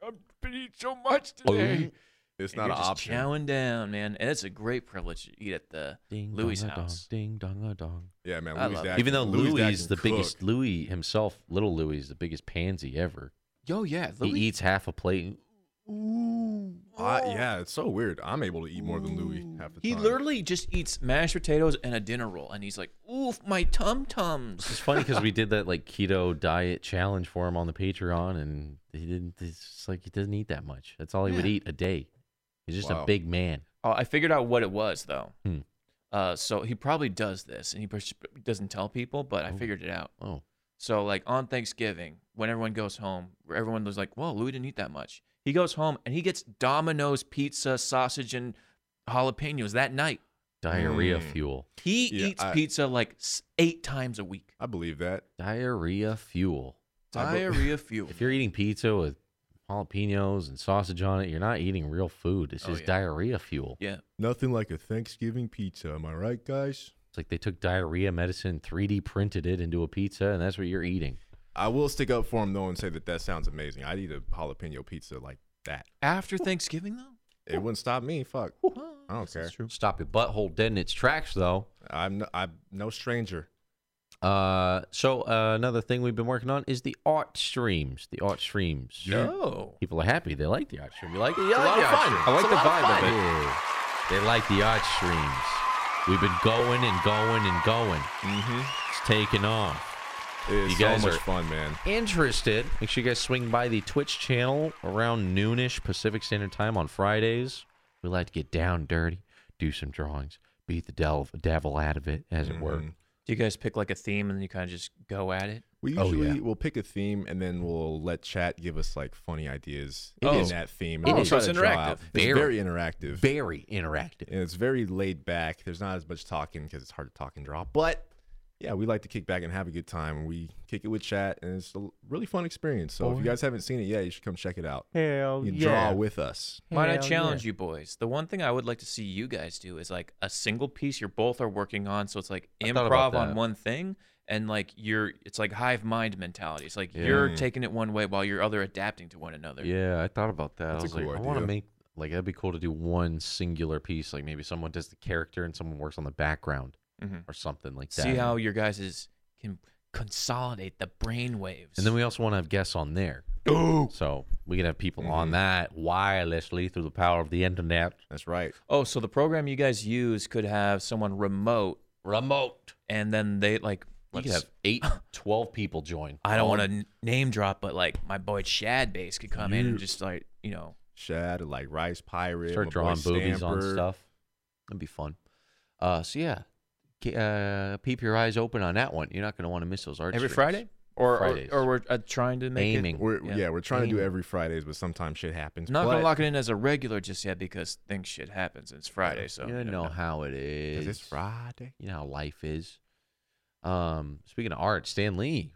Speaker 3: I've been eating so much
Speaker 1: Oh,
Speaker 3: today."
Speaker 2: It's
Speaker 3: And
Speaker 2: not
Speaker 3: you're
Speaker 2: an
Speaker 3: just
Speaker 2: option.
Speaker 3: Chowing down, man, and it's a great privilege to eat at the
Speaker 1: Ding,
Speaker 3: Louis'
Speaker 1: dong, a dong,
Speaker 3: house.
Speaker 1: Ding dong a dong.
Speaker 2: yeah, man.
Speaker 3: I
Speaker 2: Louis
Speaker 3: love
Speaker 2: Dack-
Speaker 3: it.
Speaker 1: Even though
Speaker 2: Louis Dack
Speaker 1: Louis is
Speaker 2: can
Speaker 1: the biggest,
Speaker 2: cook.
Speaker 1: Louis himself, little Louis is the biggest pansy ever.
Speaker 3: Yo, yeah,
Speaker 1: He eats half a plate. and-
Speaker 2: I- yeah, it's so weird. I'm able to eat more than Louis half the
Speaker 3: He
Speaker 2: time.
Speaker 3: literally just eats mashed potatoes and a dinner roll, and he's like, "Oof, my tum tums."
Speaker 1: It's funny because we did that like keto diet challenge for him on the Patreon, and he didn't. It's just like he doesn't eat that much. That's all he would
Speaker 3: Yeah.
Speaker 1: eat a day. He's just
Speaker 2: Wow.
Speaker 1: a big man.
Speaker 3: Oh, I figured out what it was though.
Speaker 1: Hmm.
Speaker 3: Uh, so he probably does this, and he pers- doesn't tell people, but I figured it out.
Speaker 1: Oh,
Speaker 3: So like on Thanksgiving, when everyone goes home, everyone was like, "Whoa, Louis didn't eat that much." He goes home and he gets Domino's pizza, sausage, and jalapenos that night.
Speaker 1: diarrhea
Speaker 2: Mm.
Speaker 1: fuel.
Speaker 3: He
Speaker 2: Yeah,
Speaker 3: eats
Speaker 2: I-
Speaker 3: pizza like s- eight times a week.
Speaker 2: I believe that.
Speaker 1: Diarrhea fuel.
Speaker 2: I bu-
Speaker 3: Diarrhea fuel.
Speaker 1: If you're eating pizza with jalapenos and sausage on it, you're not eating real food. It's
Speaker 3: Oh,
Speaker 1: just
Speaker 3: yeah.
Speaker 1: diarrhea fuel.
Speaker 3: yeah,
Speaker 2: Nothing like a Thanksgiving pizza. Am I right, guys?
Speaker 1: It's like they took diarrhea medicine, 3D printed it into a pizza, and that's what you're eating.
Speaker 2: I will stick up for him though and say that that sounds amazing. I'd eat a jalapeno pizza like that.
Speaker 3: after Thanksgiving though.
Speaker 2: It wouldn't stop me. Fuck. I don't care.
Speaker 1: Stop your butthole dead in its tracks, though.
Speaker 2: I'm no, I'm no stranger.
Speaker 1: Uh, so uh, another thing we've been working on is the art streams. The art streams.
Speaker 3: No.
Speaker 1: People are happy. They like the art stream. You like it?
Speaker 2: I like the art stream.
Speaker 1: I like the vibe of it. They like the art streams. We've been going and going and going.
Speaker 2: Mm-hmm.
Speaker 1: It's taking off.
Speaker 2: It's
Speaker 1: You guys
Speaker 2: so much
Speaker 1: are-
Speaker 2: fun, man.
Speaker 1: interested, make sure you guys swing by the Twitch channel around noonish Pacific Standard Time on Fridays. We like to get down dirty, do some drawings, beat the devil, devil out of it, as it were.
Speaker 2: Mhm.
Speaker 3: Do you guys pick like a theme and then you kind of just go at it?
Speaker 2: We
Speaker 1: Oh,
Speaker 2: usually
Speaker 1: yeah.
Speaker 2: we'll pick a theme and then we'll let chat give us like funny ideas
Speaker 3: It
Speaker 2: in
Speaker 3: is-
Speaker 2: that theme.
Speaker 3: it
Speaker 2: and we'll
Speaker 3: is.
Speaker 2: try
Speaker 3: So
Speaker 2: to
Speaker 3: it's
Speaker 2: draw
Speaker 3: interactive.
Speaker 2: out- Oh. It's
Speaker 1: Very-
Speaker 2: very interactive.
Speaker 1: Very interactive.
Speaker 2: and it's very laid back. There's not as much talking because it's hard to talk and draw, but yeah, we like to kick back and have a good time. We kick it with chat, and it's a l- really fun experience.
Speaker 1: Oh,
Speaker 2: So if you guys haven't seen it yet, you should come check it out.
Speaker 6: Hell
Speaker 2: You draw with us.
Speaker 3: Might I challenge you boys? The one thing I would like to see you guys do is like a single piece you're both are working on. So it's like
Speaker 1: I thought about
Speaker 3: improv on
Speaker 1: that.
Speaker 3: one thing and like you're it's like hive mind mentality. It's like you're
Speaker 2: Yeah.
Speaker 3: taking it one way while your other adapting to one another.
Speaker 1: Yeah, I thought about that. I
Speaker 2: That's a
Speaker 1: was
Speaker 2: cool
Speaker 1: like, I want to
Speaker 2: idea.
Speaker 1: make like that'd be cool to do one singular piece. Like maybe someone does the character and someone works on the background
Speaker 3: Mhm.
Speaker 1: or something like that.
Speaker 3: See how your guys is, can consolidate the brain waves.
Speaker 1: And then we also want to have guests on there. So we can have people on that wirelessly through the power of the internet.
Speaker 2: That's right.
Speaker 3: Oh, so the program you guys use could have someone remote
Speaker 1: Remote.
Speaker 3: and then they like
Speaker 1: Let's
Speaker 3: you could have
Speaker 1: have eight, 12 people join.
Speaker 3: I don't
Speaker 1: All-
Speaker 3: want to name drop, but like my boy Shad Base could come in and just like, you know,
Speaker 2: Shad, like Rice Pirate.
Speaker 1: start
Speaker 2: my boy
Speaker 1: drawing boobies on
Speaker 2: Stamper.
Speaker 1: stuff. That'd be fun. Uh, so yeah, K- uh, keep your eyes open on that one. You're not going to want to miss those art
Speaker 3: every
Speaker 1: streams.
Speaker 3: Friday or or,
Speaker 1: Fridays.
Speaker 3: or we're uh, trying to make
Speaker 1: Aiming.
Speaker 3: it.
Speaker 2: We're,
Speaker 3: Yeah.
Speaker 2: yeah. we're trying to do
Speaker 1: Aiming.
Speaker 2: every Fridays, but sometimes shit happens.
Speaker 3: Not
Speaker 2: but
Speaker 3: gonna lock it in as a regular just yet because things shit happens. and It's Friday, so
Speaker 1: you know how it is.
Speaker 2: 'cause it's Friday.
Speaker 1: you know how life is. Um, speaking of art, Stan Lee,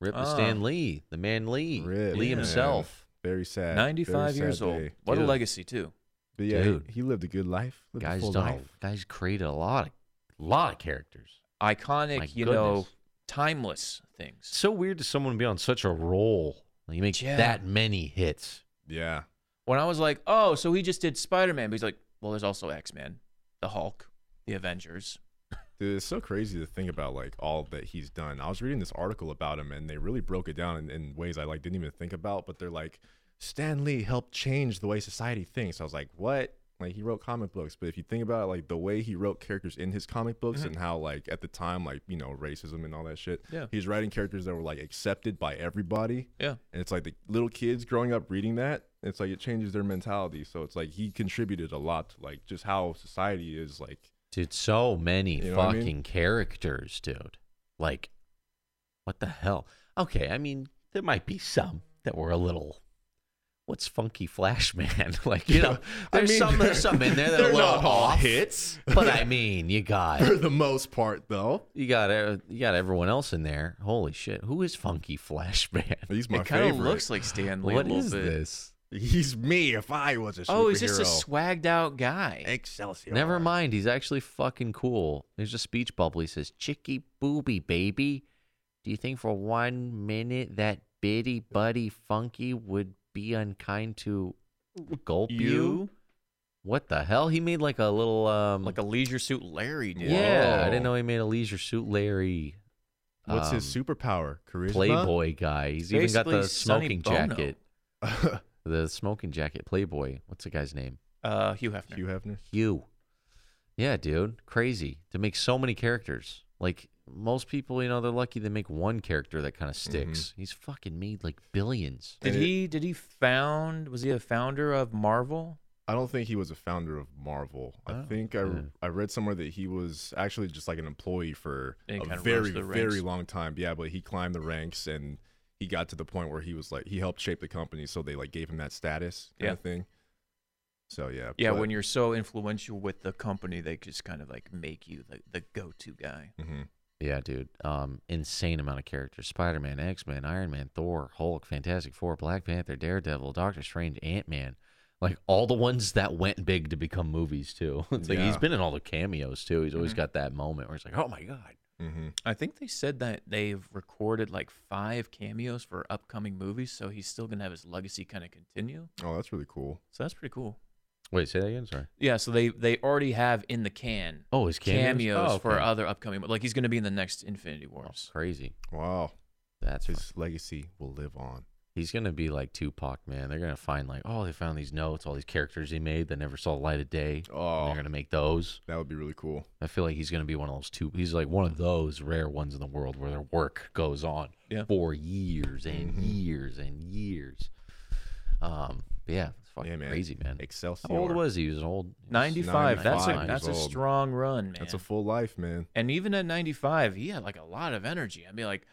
Speaker 1: rip to
Speaker 3: Ah.
Speaker 1: Stan Lee, the man Lee,
Speaker 2: Rip,
Speaker 1: Lee
Speaker 2: man.
Speaker 1: himself.
Speaker 2: Very sad. very
Speaker 3: Ninety-five
Speaker 2: sad
Speaker 3: years old.
Speaker 2: day.
Speaker 3: What a
Speaker 1: Dude.
Speaker 3: legacy too.
Speaker 2: But yeah, he-
Speaker 1: Dude.
Speaker 2: He, lived a good life. Lived a
Speaker 1: Guys
Speaker 2: full
Speaker 1: done.
Speaker 2: life.
Speaker 1: A, guys created a lot of, lot of characters.
Speaker 3: Iconic,
Speaker 1: My
Speaker 3: you know,
Speaker 1: goodness.
Speaker 3: timeless things.
Speaker 1: so weird to someone be on such a roll. Like, you make
Speaker 3: Yeah.
Speaker 1: that many hits.
Speaker 2: Yeah.
Speaker 3: When I was like, oh, so he just did Spider-Man, but he's like, well, there's also X-Men, the Hulk, the Avengers.
Speaker 2: Dude, it's so crazy to think about like all that he's done. I was reading this article about him, and they really broke it down in, in ways I like didn't even think about. But they're like, Stan Lee helped change the way society thinks. I was like, what? Like he wrote comic books, but if you think about it, like the way he wrote characters in his comic books and how like at the time, like you know racism and all that shit.
Speaker 3: Yeah.
Speaker 2: he's writing characters that were like accepted by everybody.
Speaker 3: Yeah.
Speaker 2: And it's like the little kids growing up reading that, it's like it changes their mentality. So it's like he contributed a lot to like just how society is like
Speaker 1: Dude, so many
Speaker 2: You know what I
Speaker 1: fucking
Speaker 2: mean?
Speaker 1: characters, dude. Like, what the hell? Okay, I mean, there might be some that were a little. What's funky Flash Man? like you know,
Speaker 2: I
Speaker 1: there's
Speaker 2: mean,
Speaker 1: some there's some in there that are a
Speaker 2: they're
Speaker 1: little
Speaker 2: not all
Speaker 1: off,
Speaker 2: hits.
Speaker 1: But I mean, you got
Speaker 2: for the most part though.
Speaker 1: you got uh, you got everyone else in there. Holy shit, who is Funky Flash Man?
Speaker 2: He's my
Speaker 3: it kind
Speaker 2: favorite.
Speaker 3: of looks like Stan Lee.
Speaker 1: What
Speaker 3: a little
Speaker 1: is
Speaker 3: bit.
Speaker 1: this?
Speaker 2: He's me if I was a superhero.
Speaker 3: Oh, he's just a swagged out guy.
Speaker 2: Excelsior.
Speaker 1: Never mind. He's actually fucking cool. There's a speech bubble. He says, Chicky booby baby. Do you think for one minute that bitty buddy funky would be unkind to gulp you?
Speaker 3: you
Speaker 1: What the hell? He made like a little um
Speaker 3: like a leisure suit Larry dude.
Speaker 1: Yeah, I
Speaker 2: Whoa.
Speaker 1: didn't know he made a leisure suit Larry
Speaker 2: What's his
Speaker 1: um,
Speaker 2: superpower? Charisma.
Speaker 1: Playboy guy. He's even got
Speaker 3: Basically
Speaker 1: the
Speaker 3: Sonny
Speaker 1: smoking
Speaker 3: Bono.
Speaker 1: jacket.
Speaker 2: Hugh
Speaker 1: The smoking jacket Playboy. What's the guy's name?
Speaker 3: Uh, Hugh Hefner.
Speaker 2: Hefner.
Speaker 1: You. Yeah, dude. Crazy to make so many characters. Like most people, you know, they're lucky they make one character that kind of
Speaker 3: Mm-hmm.
Speaker 1: sticks. He's fucking made like billions.
Speaker 3: Did
Speaker 2: And it-
Speaker 3: he? Did he found? Was he a founder of Marvel?
Speaker 2: I don't think he was a founder of Marvel. I
Speaker 3: Oh.
Speaker 2: think I,
Speaker 1: Yeah.
Speaker 2: I read somewhere that he was actually just like an employee for
Speaker 3: And
Speaker 2: a
Speaker 3: kinda rose
Speaker 2: very
Speaker 3: to the
Speaker 2: very
Speaker 3: ranks.
Speaker 2: long time. Yeah, but he climbed the ranks and he got to the point where he was like he helped shape the company, so they like gave him that status kind of thing. So yeah,
Speaker 3: Yeah,
Speaker 2: but-
Speaker 3: when you're so influential with the company, they just kind of like make you the, the go-to guy.
Speaker 2: Mhm.
Speaker 1: Yeah, dude. Um, insane amount of characters: Spider-Man, X-Men, Iron Man, Thor, Hulk, Fantastic Four, Black Panther, Daredevil, Doctor Strange, Ant-Man. Like all the ones that went big to become movies too. It's like he's
Speaker 2: Yeah.
Speaker 1: been in all the cameos too. He's always
Speaker 3: Mhm.
Speaker 1: got that moment where he's like, "Oh my god."
Speaker 2: Mhm.
Speaker 3: I think they said that they've recorded like five cameos for upcoming movies, so he's still gonna have his legacy kind of continue.
Speaker 2: Oh, that's really cool.
Speaker 3: So that's pretty cool.
Speaker 1: Wait, say that again. Sorry.
Speaker 3: Yeah, so they they already have in the can
Speaker 1: Oh, his cameos,
Speaker 3: cameos
Speaker 1: Oh,
Speaker 3: for
Speaker 1: okay.
Speaker 3: other upcoming. Like he's gonna be in the next Infinity
Speaker 1: Oh,
Speaker 3: Wars.
Speaker 1: crazy.
Speaker 2: Wow,
Speaker 1: That's
Speaker 2: his legacy will live on.
Speaker 1: He's gonna be like Tupac, man. They're gonna find like, oh, they found these notes, all these characters he made that never saw the light of day. and
Speaker 2: Oh,
Speaker 1: they're gonna make those.
Speaker 2: that would be really cool.
Speaker 1: I feel like he's gonna be one of those two. He's like one of those rare ones in the world where their work goes on
Speaker 3: Yeah.
Speaker 1: for years and
Speaker 2: Mhm.
Speaker 1: years and years. Um, but yeah, it's fucking
Speaker 2: Yeah, man.
Speaker 1: crazy, man.
Speaker 2: Excelsior.
Speaker 1: How old was he? He was old. he was-
Speaker 3: 95. That's a
Speaker 1: 95
Speaker 3: that's a
Speaker 2: years old.
Speaker 3: strong run, man.
Speaker 2: That's a full life, man.
Speaker 3: and even at 95, he had like a lot of energy. I mean, like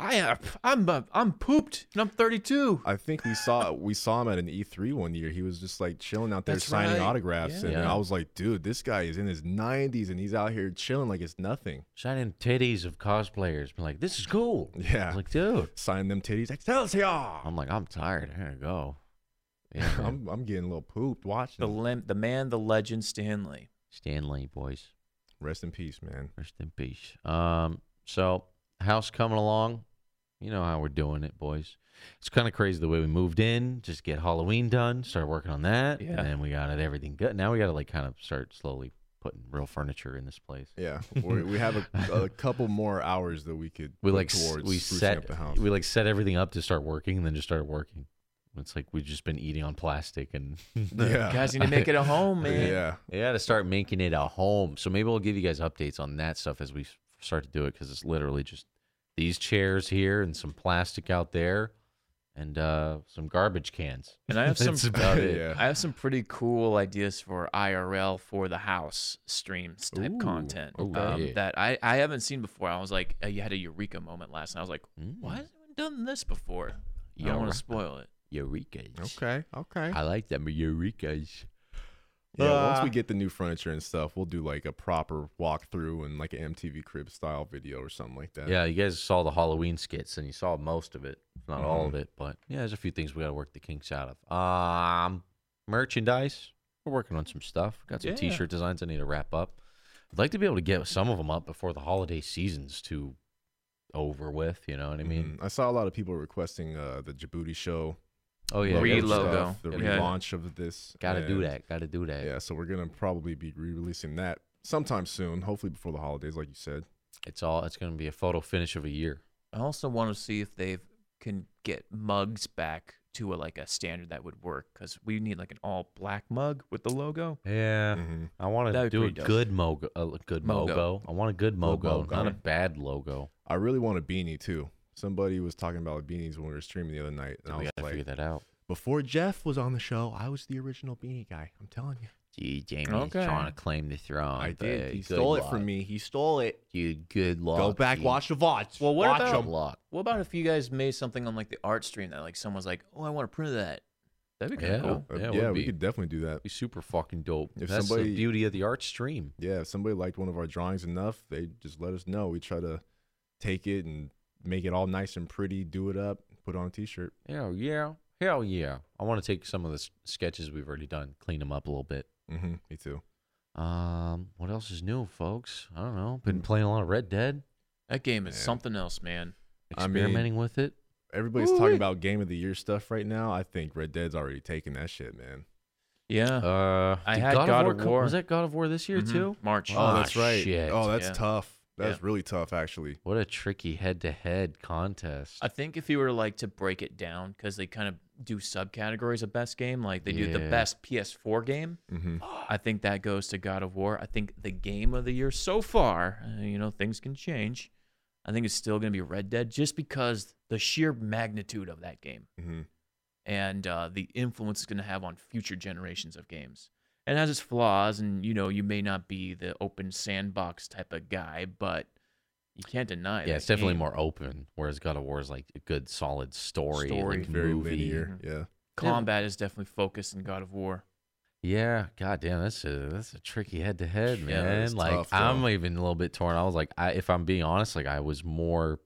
Speaker 3: I uh, I'm uh, I'm pooped and I'm 32.
Speaker 2: I think we saw we saw him at an E3 one year. He was just like chilling out there
Speaker 3: That's
Speaker 2: signing
Speaker 3: right.
Speaker 2: autographs, and
Speaker 1: Yeah.
Speaker 2: I was like, dude, this guy is in his 90s and he's out here chilling like it's nothing.
Speaker 1: Shining titties of cosplayers. Been like, this is cool. I
Speaker 2: Yeah,
Speaker 1: was like, dude.
Speaker 2: sign them titties. Excelsior!
Speaker 1: I'm like, I'm tired. I gotta go. Um, Yeah, man.
Speaker 2: I'm I'm getting a little pooped watching.
Speaker 3: The
Speaker 2: him.
Speaker 3: lem- the man, the legend, Stanley.
Speaker 1: Stanley boys.
Speaker 2: Rest in peace, man.
Speaker 1: Rest in peace. Um, so house coming along. You know how we're doing it, boys. It's kind of crazy the way we moved in. Just get Halloween done. Start working on that,
Speaker 3: Yeah.
Speaker 1: and then we got it everything good. Now we got to like kind of start slowly putting real furniture in this place.
Speaker 2: Yeah, we we have a, a couple more hours that we could
Speaker 1: We
Speaker 2: put
Speaker 1: like s-
Speaker 2: towards
Speaker 1: we
Speaker 2: sprucing
Speaker 1: set
Speaker 2: up the house.
Speaker 1: we like set everything up to start working, and then just started working. It's like we've just been eating on plastic, and
Speaker 2: yeah,
Speaker 3: Guys need to make it a home, man.
Speaker 2: yeah.
Speaker 1: They got to start making it a home. So maybe we'll give you guys updates on that stuff as we s- start to do it because it's literally just these chairs here and some plastic out there and uh, some garbage cans.
Speaker 3: And I have some
Speaker 1: That's about it.
Speaker 2: Yeah.
Speaker 3: I have some pretty cool ideas for IRL for the house streams type
Speaker 2: Ooh.
Speaker 3: content
Speaker 1: Ooh, yeah.
Speaker 3: um, that I, I haven't seen before. I was like, uh, you had a eureka moment last night. I was like,
Speaker 1: Mm.
Speaker 3: why haven't we done this before?
Speaker 1: Yeah,
Speaker 3: You don't want
Speaker 1: right.
Speaker 3: to spoil it.
Speaker 1: Eurekas.
Speaker 2: Okay, okay. Uh,
Speaker 1: I like them. Eurekas.
Speaker 2: Yeah, once
Speaker 1: Ah.
Speaker 2: we get the new furniture and stuff, we'll do like a proper walkthrough and like an MTV crib style video or something like that.
Speaker 1: Yeah, you guys saw the Halloween skits and you saw most of it, if not all of it, but yeah, there's a few things we got to work the kinks out of. Um, merchandise. We're working on some stuff. Got some
Speaker 3: Yeah.
Speaker 1: t-shirt designs I need to wrap up. I'd like to be able to get some of them up before the holiday season's too over with. You know what I mean?
Speaker 2: Mhm. I saw a lot of people requesting uh, the Djibouti show.
Speaker 1: Oh yeah,
Speaker 2: logo
Speaker 3: Reload.
Speaker 1: gotta-
Speaker 3: Relogo.
Speaker 2: stuff, the
Speaker 3: Yeah.
Speaker 2: relaunch of this.
Speaker 1: Gotta do
Speaker 2: and-
Speaker 1: that. Gotta do that.
Speaker 2: Yeah, so we're gonna probably be re-releasing that sometime soon, hopefully before the holidays, like you said.
Speaker 1: It's all. It's gonna be a photo finish of a year.
Speaker 3: I also want to see if they can get mugs back to a, like a standard that would work because we need like an all black mug with the logo.
Speaker 1: Yeah.
Speaker 2: Mhm.
Speaker 1: I want
Speaker 3: That'd
Speaker 1: to Mm.
Speaker 3: be
Speaker 1: do a
Speaker 3: pretty dope.
Speaker 1: good mogo, a good
Speaker 3: Mogo.
Speaker 1: mogo. I want a good mogo,
Speaker 2: Logo.
Speaker 1: not a bad logo.
Speaker 2: I really want a beanie too. Somebody was talking about beanies when we were streaming the other night, and I
Speaker 1: we
Speaker 2: was
Speaker 1: gotta
Speaker 2: like,
Speaker 1: figure that out.
Speaker 2: before Jeff was on the show, I was the original beanie guy. I'm telling you,
Speaker 1: Gee, Jamie's
Speaker 3: Okay.
Speaker 1: trying to claim the throne.
Speaker 2: I did.
Speaker 1: but
Speaker 2: He
Speaker 1: good
Speaker 2: stole it
Speaker 1: luck.
Speaker 2: from me. He stole it.
Speaker 1: Dude, good luck.
Speaker 2: Go back,
Speaker 1: dude.
Speaker 2: watch the VODs.
Speaker 3: Well, what
Speaker 2: watch
Speaker 3: about-
Speaker 2: 'em.
Speaker 1: Good luck.
Speaker 3: What about if you guys made something on like the art stream that like someone's like, oh, I want to print that. That'd be kind
Speaker 1: Yeah.
Speaker 3: of cool.
Speaker 2: Uh,
Speaker 1: Yeah,
Speaker 2: Yeah,
Speaker 1: it would
Speaker 2: we
Speaker 1: be.
Speaker 2: could definitely do that.
Speaker 1: Be super fucking dope.
Speaker 2: If
Speaker 1: That's
Speaker 2: somebody-
Speaker 1: the beauty of the art stream.
Speaker 2: Yeah, if somebody liked one of our drawings enough, they just let us know. We try to take it and make it all nice and pretty, do it up, put on a t-shirt.
Speaker 1: Hell yeah. Hell yeah. I want to take some of the s- sketches we've already done, clean them up a little bit.
Speaker 2: Mm-hmm. Me too.
Speaker 1: Um, what else is new, folks? I don't know.
Speaker 2: Hmm.
Speaker 1: Been playing a lot of Red Dead,
Speaker 3: That game is
Speaker 2: Yeah.
Speaker 3: something else, man.
Speaker 2: I mean-
Speaker 1: experimenting with it.
Speaker 2: Everybody's
Speaker 1: Woo-wee.
Speaker 2: talking about game of the year stuff right now. I think Red Dead's already taken that shit, man.
Speaker 3: Yeah.
Speaker 1: Uh,
Speaker 3: I
Speaker 1: did
Speaker 3: had God of
Speaker 1: War.
Speaker 3: War.
Speaker 1: come- Was that God of War this year
Speaker 3: Mhm.
Speaker 1: too?
Speaker 3: March.
Speaker 1: Wow.
Speaker 2: Oh,
Speaker 1: Ah,
Speaker 2: that's right.
Speaker 1: shit.
Speaker 2: Oh, that's
Speaker 3: Yeah.
Speaker 2: tough. That's
Speaker 3: Yeah.
Speaker 2: really tough, actually.
Speaker 1: What a tricky head-to-head contest.
Speaker 3: I think if you were like to break it down, because they kind of do subcategories of best game, like they do the
Speaker 1: Yeah.
Speaker 3: best PS4 game.
Speaker 2: Mm-hmm.
Speaker 3: I think that goes to God of War. I think the game of the year so far, uh, you know, things can change. I think it's still going to be Red Dead just because the sheer magnitude of that game
Speaker 2: Mm-hmm.
Speaker 3: and uh, the influence it's going to have on future generations of games. It has its flaws, and you know, you may not be the open sandbox type of guy, but you can't deny
Speaker 1: yeah,
Speaker 3: that
Speaker 1: it's definitely
Speaker 3: game.
Speaker 1: more open, whereas God of War is like a good, solid story,
Speaker 3: Story.
Speaker 1: like
Speaker 2: Very
Speaker 1: movie.
Speaker 2: linear. Yeah.
Speaker 3: combat is definitely focused in God of War.
Speaker 1: Yeah, goddamn, that's a that's a tricky head to head,
Speaker 2: Yeah, that
Speaker 1: man.
Speaker 2: is
Speaker 1: like
Speaker 2: tough,
Speaker 1: I'm
Speaker 2: though.
Speaker 1: even a little bit torn. I was like, I, if I'm being honest, like I was more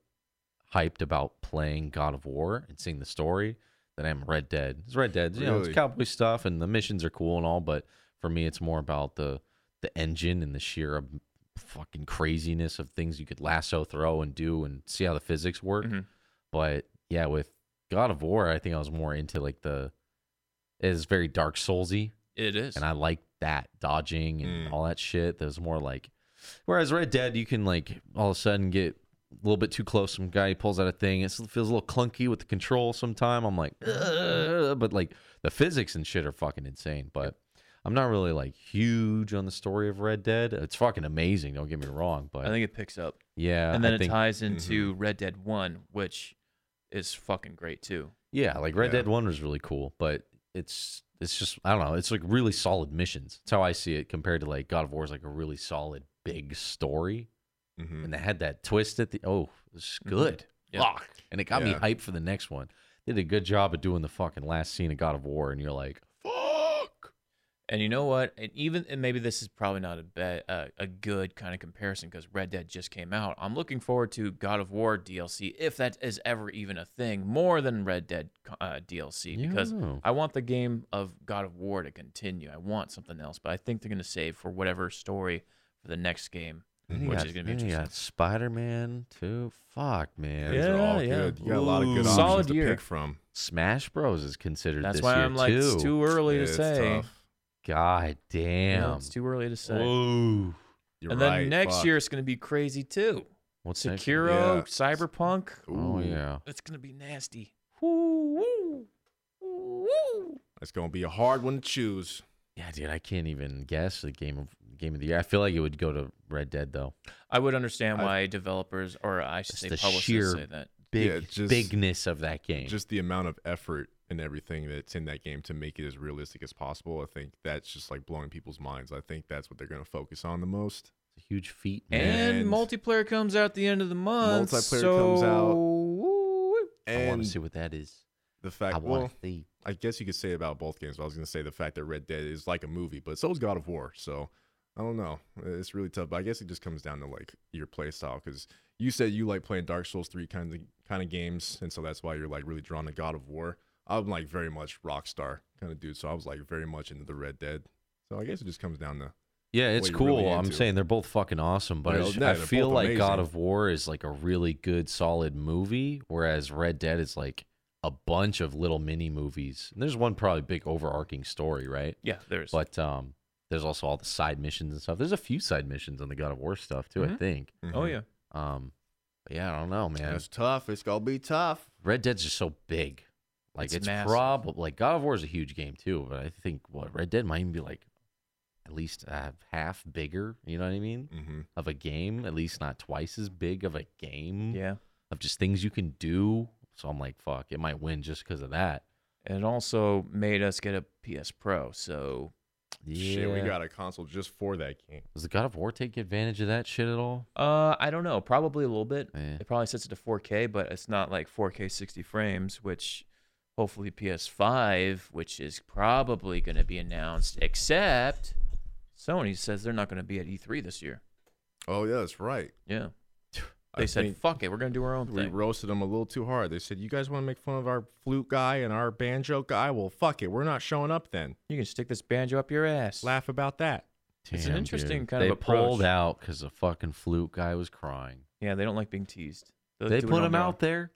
Speaker 1: hyped about playing God of War and seeing the story than I am Red Dead. It's Red Dead, you know,
Speaker 2: Really?
Speaker 1: it's cowboy stuff and the missions are cool and all, but for me, it's more about the the engine and the sheer um, fucking craziness of things you could lasso, throw, and do, and see how the physics work.
Speaker 2: Mm-hmm.
Speaker 3: Mhm.
Speaker 1: But yeah, with God of War, I think I was more into like the it's very Dark Soulsy
Speaker 3: It is.
Speaker 1: and I like that dodging and
Speaker 2: Mm.
Speaker 1: all that shit. That was more like, whereas Red Dead, you can like all of a sudden get a little bit too close. Some guy pulls out a thing. It feels a little clunky with the control. Sometime I'm like, "Ugh," but like the physics and shit are fucking insane. But I'm not really like huge on the story of Red Dead. It's fucking amazing. Don't get me wrong, but
Speaker 3: I think it picks up,
Speaker 1: yeah,
Speaker 3: and then
Speaker 1: I
Speaker 3: it
Speaker 1: think, Mm-hmm.
Speaker 3: ties into Red Dead One, which is fucking great too.
Speaker 1: yeah, like Red
Speaker 2: Yeah.
Speaker 1: Dead One was really cool, but it's. It's just I don't know. It's like really solid missions. That's how I see it compared to like God of War is like a really solid big story.
Speaker 2: Mm-hmm.
Speaker 3: Mm-hmm.
Speaker 1: and they had that twist at the oh, it was good. Fuck. And it got me
Speaker 2: Yeah.
Speaker 1: hyped for the next one. They did a good job of doing the fucking last scene of God of War, and you're like, fuck.
Speaker 3: And you know what? And even and maybe this is probably not a be- uh, a good kind of comparison because Red Dead just came out. I'm looking forward to God of War DLC if that is ever even a thing, more than Red Dead uh, DLC because
Speaker 1: Yeah.
Speaker 3: I want the game of God of War to continue. I want something else, but I think they're gonna save for whatever story for the next game,
Speaker 2: mm-hmm.
Speaker 1: Then you
Speaker 3: which
Speaker 1: got-
Speaker 3: is gonna be
Speaker 1: then you
Speaker 3: interesting.
Speaker 1: got Spider Man too. Fuck, man.
Speaker 2: These are all good. You got a lot of good
Speaker 3: Ooh.
Speaker 2: options
Speaker 3: Solid
Speaker 2: to
Speaker 3: year.
Speaker 2: pick from.
Speaker 1: Smash Bros is considered
Speaker 3: That's
Speaker 1: this
Speaker 3: why
Speaker 1: year
Speaker 3: I'm like
Speaker 1: too.
Speaker 3: it's too early
Speaker 2: Yeah,
Speaker 3: to
Speaker 2: it's
Speaker 3: say.
Speaker 2: tough.
Speaker 1: God damn.
Speaker 3: Yeah, it's too early to say.
Speaker 1: Ooh.
Speaker 2: You're
Speaker 3: and then
Speaker 2: right,
Speaker 3: next
Speaker 2: fuck.
Speaker 3: year it's gonna be crazy too.
Speaker 1: What's next?
Speaker 3: Sekiro,
Speaker 2: Yeah.
Speaker 3: Cyberpunk.
Speaker 1: Oh
Speaker 2: Ooh.
Speaker 1: yeah.
Speaker 3: It's gonna be nasty.
Speaker 2: It's gonna be a hard one to choose.
Speaker 1: Yeah, dude, I can't even guess the game of game of the year. I feel like it would go to Red Dead though.
Speaker 3: I would understand
Speaker 2: I-
Speaker 3: why developers or I should
Speaker 1: It's
Speaker 3: say
Speaker 1: the
Speaker 3: publishers
Speaker 1: sheer-
Speaker 3: say that.
Speaker 1: Big
Speaker 2: Yeah, just-
Speaker 1: bigness of that game.
Speaker 2: Just the amount of effort and everything that's in that game to make it as realistic as possible. I think that's just like blowing people's minds. I think that's what they're gonna focus on the most.
Speaker 1: It's a huge feat, man.
Speaker 3: And,
Speaker 2: And-
Speaker 3: multiplayer comes out at the end of the month.
Speaker 2: Multiplayer
Speaker 3: so...
Speaker 2: comes out.
Speaker 1: I want
Speaker 2: And
Speaker 1: to see what that is.
Speaker 2: the
Speaker 1: I
Speaker 2: fact,
Speaker 1: want
Speaker 2: well,
Speaker 1: to see.
Speaker 2: I guess you could say about both games. But I was gonna say the fact that Red Dead is like a movie, but so is God of War. So I don't know. It's really tough. But I guess it just comes down to like your play style. Because you said you like playing Dark Souls three kinds of kind of games, and so that's why you're like really drawn to God of War. I'm like very much Rockstar kind of dude, so I was like very much into the Red Dead. So I guess it just comes down to
Speaker 1: Yeah, it's
Speaker 2: you're
Speaker 1: cool.
Speaker 2: really
Speaker 1: I'm
Speaker 2: into.
Speaker 1: saying they're both fucking awesome, but
Speaker 2: Yeah,
Speaker 1: I just-
Speaker 2: no,
Speaker 1: I
Speaker 2: they're
Speaker 1: feel
Speaker 2: both
Speaker 1: like God
Speaker 2: amazing.
Speaker 1: of War is like a really good, solid movie, whereas Red Dead is like a bunch of little mini movies. And there's one probably big overarching story, right?
Speaker 3: Yeah, there's
Speaker 1: But um, there's also all the side missions and stuff. There's a few side missions on the God of War stuff too,
Speaker 2: Mm-hmm.
Speaker 1: I
Speaker 3: Mhm.
Speaker 1: think.
Speaker 3: Oh yeah.
Speaker 1: Um, but yeah, I don't know, man.
Speaker 2: tough. It's gonna be tough.
Speaker 1: Red Dead's just so big. Like
Speaker 3: It's
Speaker 1: it's,
Speaker 3: massive.
Speaker 1: probably like God of War is a huge game too, but I think what Red Dead might even be like at least uh, half bigger. You know what I mean?
Speaker 2: Mm-hmm.
Speaker 1: Of a game, at least not twice as big of a game
Speaker 3: Yeah.
Speaker 1: of just things you can do. So I'm like, fuck, it might win just because of that.
Speaker 3: And it also made us get a PS Pro, so
Speaker 1: Yeah,
Speaker 2: Shit, we got a console just for that game.
Speaker 1: Does the God of War take advantage of that shit at all?
Speaker 3: Uh, I don't know. Probably a little bit.
Speaker 1: Yeah.
Speaker 3: It probably sets it to 4K, but it's not like 4K 60 frames, which hopefully PS5, which is probably going to be announced. Except Sony says they're not going to be at E3 this year.
Speaker 2: Oh yeah, that's right.
Speaker 3: Yeah,
Speaker 2: I
Speaker 3: they said
Speaker 2: think-
Speaker 3: fuck it, we're going to do our own
Speaker 2: We
Speaker 3: thing.
Speaker 2: roasted them a little too hard. They said, "You guys want to make fun of our flute guy and our banjo guy? Well, fuck it, we're not showing up then.
Speaker 3: you can stick this banjo up your ass.
Speaker 2: Laugh about that."
Speaker 3: It's an
Speaker 1: Damn,
Speaker 3: interesting
Speaker 1: dude.
Speaker 3: kind
Speaker 1: they
Speaker 3: of
Speaker 1: pulled
Speaker 3: approach.
Speaker 1: out because the fucking flute guy was crying.
Speaker 3: Yeah, they don't like being teased. They'll
Speaker 1: They
Speaker 3: do it
Speaker 1: put
Speaker 3: on
Speaker 1: him
Speaker 3: their
Speaker 1: out
Speaker 3: own.
Speaker 1: there.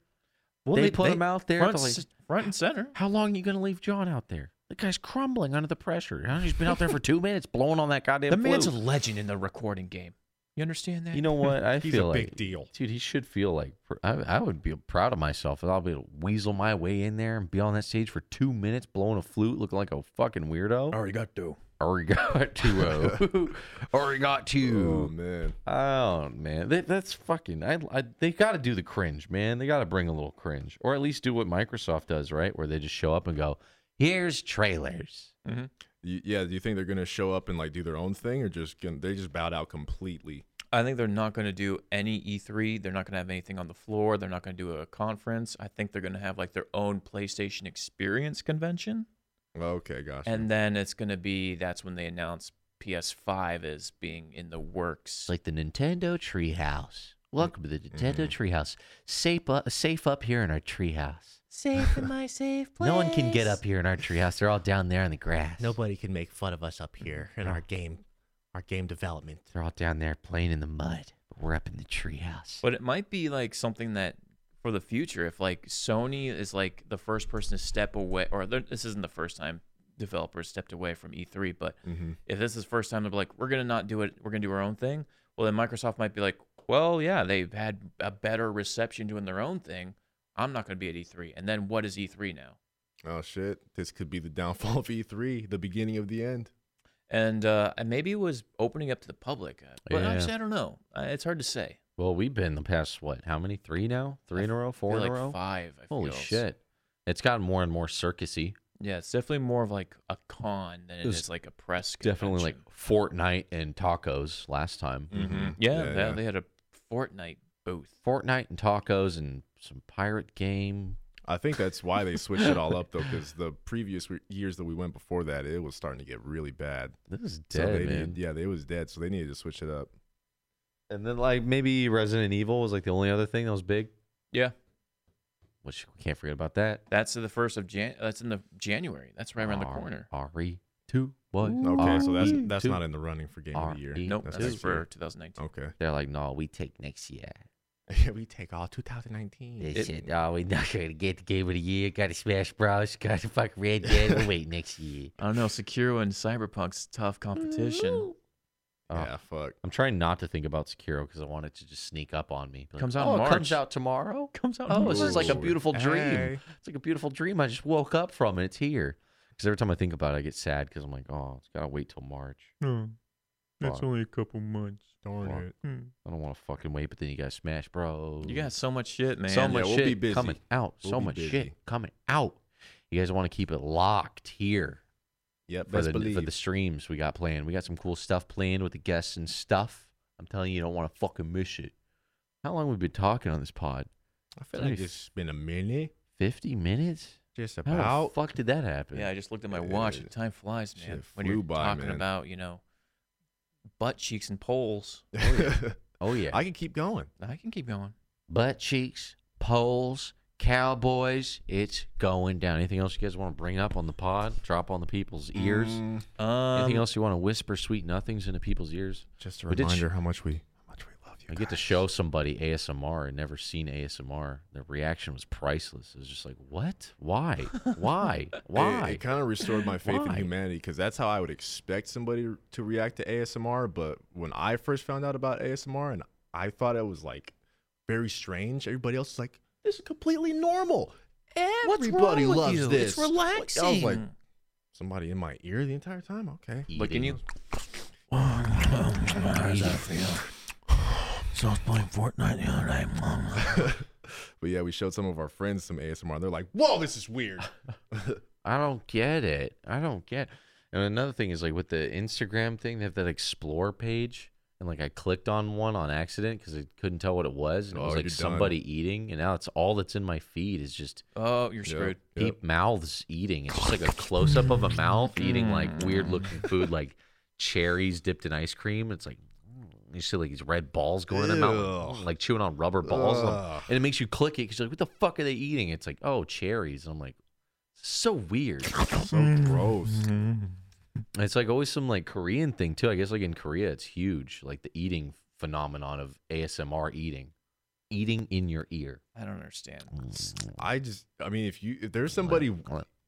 Speaker 3: Well,
Speaker 1: they put him out there
Speaker 3: front,
Speaker 1: to, like-
Speaker 3: s- front and center.
Speaker 1: How long are you going to leave John out there? The guy's crumbling under the pressure. Huh? He's been out there for two minutes blowing on that goddamn
Speaker 3: The man's a
Speaker 1: flute.
Speaker 3: legend in the recording game. You understand that?
Speaker 1: You know what? I
Speaker 2: He's
Speaker 1: feel
Speaker 2: a
Speaker 1: like,
Speaker 2: big deal.
Speaker 1: dude, he should feel like I, I would be proud of myself. if I'll be able to weasel my way in there and be on that stage for two minutes blowing a flute, looking like a fucking weirdo.
Speaker 3: Arigato.
Speaker 1: Arigato,
Speaker 2: Oh
Speaker 1: arigato.
Speaker 2: man,
Speaker 1: Oh man, that, that's fucking. I, I they got to do the cringe, man. They got to bring a little cringe, or at least do what Microsoft does, right? Where they just show up and go, "Here's trailers."
Speaker 2: Y- yeah. Do you think they're gonna show up and like do their own thing, or just gonna they just bowed out completely?
Speaker 3: I think they're not going to do any E3. They're not going to have anything on the floor. They're not going to do a conference. I think they're going to have like their own PlayStation Experience convention.
Speaker 2: Okay, gosh.
Speaker 3: And then it's going to be that's when they announce PS5 as being in the works.
Speaker 1: It's like the Nintendo Treehouse. Welcome to the Nintendo Treehouse. Safe up, safe up here in our treehouse.
Speaker 5: Safe in my safe place.
Speaker 1: No one can get up here in our treehouse. They're all down there on the grass.
Speaker 5: Nobody can make fun of us up here in our game, our game development.
Speaker 1: They're all down there playing in the mud. But we're up in the treehouse.
Speaker 3: but it might be like something that for the future, if like Sony is like the first person to step away, or they're- this isn't the first time developers stepped away from E3, but
Speaker 2: Mm-hmm.
Speaker 3: if this is the first time they're like, we're gonna not do it, we're gonna do our own thing. Well, then Microsoft might be like, well, yeah, they've had a better reception doing their own thing. I'm not gonna be at E3, and then what is E3 now?
Speaker 2: oh shit, this could be the downfall of E3, the beginning of the end.
Speaker 3: And uh, and maybe it was opening up to the public, uh, but
Speaker 1: Yeah.
Speaker 3: actually, I don't know. Uh, It's hard to say.
Speaker 1: Well, we've been the past what? How many? Three now? Three in a row?
Speaker 3: I
Speaker 1: Four
Speaker 3: feel
Speaker 1: in a
Speaker 3: like
Speaker 1: row?
Speaker 3: Five. I
Speaker 1: Holy
Speaker 3: feel.
Speaker 1: shit! It's gotten more and more circusy.
Speaker 3: Yeah, it's definitely more of like a con than it
Speaker 1: It was
Speaker 3: is like a press.
Speaker 1: Definitely like
Speaker 3: convention.
Speaker 1: Fortnite and tacos last time.
Speaker 2: Mm-hmm.
Speaker 3: Yeah, they, they had a Fortnite booth.
Speaker 1: Fortnite and tacos and some pirate game.
Speaker 2: I think that's why they switched it all up though, because the previous re- years that we went before that, it was starting to get really bad.
Speaker 1: This is
Speaker 2: So
Speaker 1: dead,
Speaker 2: they
Speaker 1: man.
Speaker 2: Needed, yeah, they was dead, so they needed to switch it up.
Speaker 1: And then like maybe Resident Evil was like the only other thing that was big,
Speaker 3: Yeah,
Speaker 1: which we can't forget about that.
Speaker 3: that's the first of Jan. That's in the January. That's right around the
Speaker 1: R-
Speaker 3: corner.
Speaker 1: RE two what? E
Speaker 2: Okay, so that's
Speaker 1: RE2.
Speaker 2: that's not in the running for game of the year.
Speaker 1: RE2.
Speaker 3: Nope,
Speaker 2: That's
Speaker 3: that's,
Speaker 2: next
Speaker 3: for
Speaker 2: year.
Speaker 3: 2019.
Speaker 2: Okay.
Speaker 1: They're like, no, we take next year.
Speaker 6: we take all 2019.
Speaker 1: They
Speaker 3: It-
Speaker 1: said, no, we're not gonna get the game of the year. Got to Smash Bros. Got to fuck Red Dead. We'll wait next year.
Speaker 3: I don't know. Sekiro and Cyberpunk's tough competition.
Speaker 1: Oh,
Speaker 2: Yeah. Fuck.
Speaker 1: I'm trying not to think about Sekiro because I want it to just sneak up on me. Be Like,
Speaker 3: Comes out in
Speaker 1: oh, it comes
Speaker 3: March."
Speaker 1: out tomorrow.
Speaker 3: Comes out. in
Speaker 1: Oh, this is like a
Speaker 3: March.
Speaker 1: beautiful dream.
Speaker 6: Hey.
Speaker 1: It's like a beautiful dream. I just woke up from and it's here. Because every time I think about it, I get sad because I'm like, oh, it's gotta wait till March.
Speaker 6: No,
Speaker 1: that's Fuck.
Speaker 6: only a couple months. Darn
Speaker 1: Fuck.
Speaker 6: it.
Speaker 1: I don't want to fucking wait, but then you got Smash Bros.
Speaker 3: You got so much shit, man.
Speaker 1: so much
Speaker 2: we'll
Speaker 1: shit
Speaker 2: be busy.
Speaker 1: coming out. so
Speaker 2: We'll be
Speaker 1: much
Speaker 2: busy.
Speaker 1: shit coming out. You guys want to keep it locked here
Speaker 2: Yep.
Speaker 1: for
Speaker 2: Best
Speaker 1: the
Speaker 2: believe.
Speaker 1: for the streams we got planned. We got some cool stuff planned with the guests and stuff. I'm telling you, you don't want to fucking miss it. How long we been talking on this pod?
Speaker 2: I
Speaker 1: feel like
Speaker 2: it's been a minute.
Speaker 1: Fifty minutes?
Speaker 6: Just
Speaker 1: How
Speaker 6: about.
Speaker 1: the fuck did that happen?
Speaker 3: Yeah, I just looked at my watch. and Time flies,
Speaker 2: Shit
Speaker 3: man. When
Speaker 2: flew
Speaker 3: you're
Speaker 2: by,
Speaker 3: talking
Speaker 2: man.
Speaker 3: about, you know, butt cheeks and poles.
Speaker 1: Oh yeah.
Speaker 2: I can keep going.
Speaker 3: I can keep going.
Speaker 1: butt cheeks, poles, cowboys. It's going down. Anything else you guys want to bring up on the pod? Drop on the people's ears.
Speaker 2: Mm,
Speaker 3: Um,
Speaker 1: Anything else you want to whisper sweet nothings into people's ears?
Speaker 2: Just a
Speaker 1: We did sh-
Speaker 2: reminder how much we how much we love you.
Speaker 1: I get to
Speaker 2: guys.
Speaker 1: show somebody ASMR and never seen ASMR. Their reaction was priceless. It was just like, what? Why? Why?
Speaker 2: It,
Speaker 1: Why?
Speaker 2: kind of restored my faith in
Speaker 1: Why?
Speaker 2: humanity because that's how I would expect somebody to react to ASMR. But when I first found out about ASMR, and I thought it was like very strange, everybody else was like, "This is completely normal.
Speaker 3: What's
Speaker 2: Everybody
Speaker 3: wrong with
Speaker 2: loves
Speaker 3: you?
Speaker 2: this."
Speaker 3: It's relaxing.
Speaker 2: I was like, somebody in my ear the entire time. Okay,
Speaker 3: but can you?
Speaker 5: Oh, So I was playing Fortnite the other day.
Speaker 2: but yeah, we showed some of our friends some ASMR. They're like, "Whoa, this is weird."
Speaker 1: I don't get it. I don't get. And another thing is like with the Instagram thing, they have that explore page, and like I clicked on one on accident because I couldn't tell what it was, and it
Speaker 2: Oh,
Speaker 1: was
Speaker 2: you're
Speaker 1: like
Speaker 2: done.
Speaker 1: somebody eating, and now it's all that's in my feed is just
Speaker 3: Oh, you're
Speaker 2: Yep,
Speaker 3: screwed.
Speaker 2: yep.
Speaker 1: peep mouths eating. It's just like a close up of a mouth eating like weird looking food, like cherries dipped in ice cream. It's like mm, you see like these red balls going in their mouth,
Speaker 2: Ew.
Speaker 1: mm, like chewing on rubber balls,
Speaker 2: Ugh.
Speaker 1: and it makes you click it because you're like, what the fuck are they eating? It's like oh cherries. And I'm like, so weird.
Speaker 2: so gross.
Speaker 5: Mm-hmm.
Speaker 1: And It's like always some like Korean thing too. I guess like in Korea, it's huge, like the eating phenomenon of ASMR eating, eating in your ear.
Speaker 3: I don't understand.
Speaker 2: I just, I mean, if you if there's somebody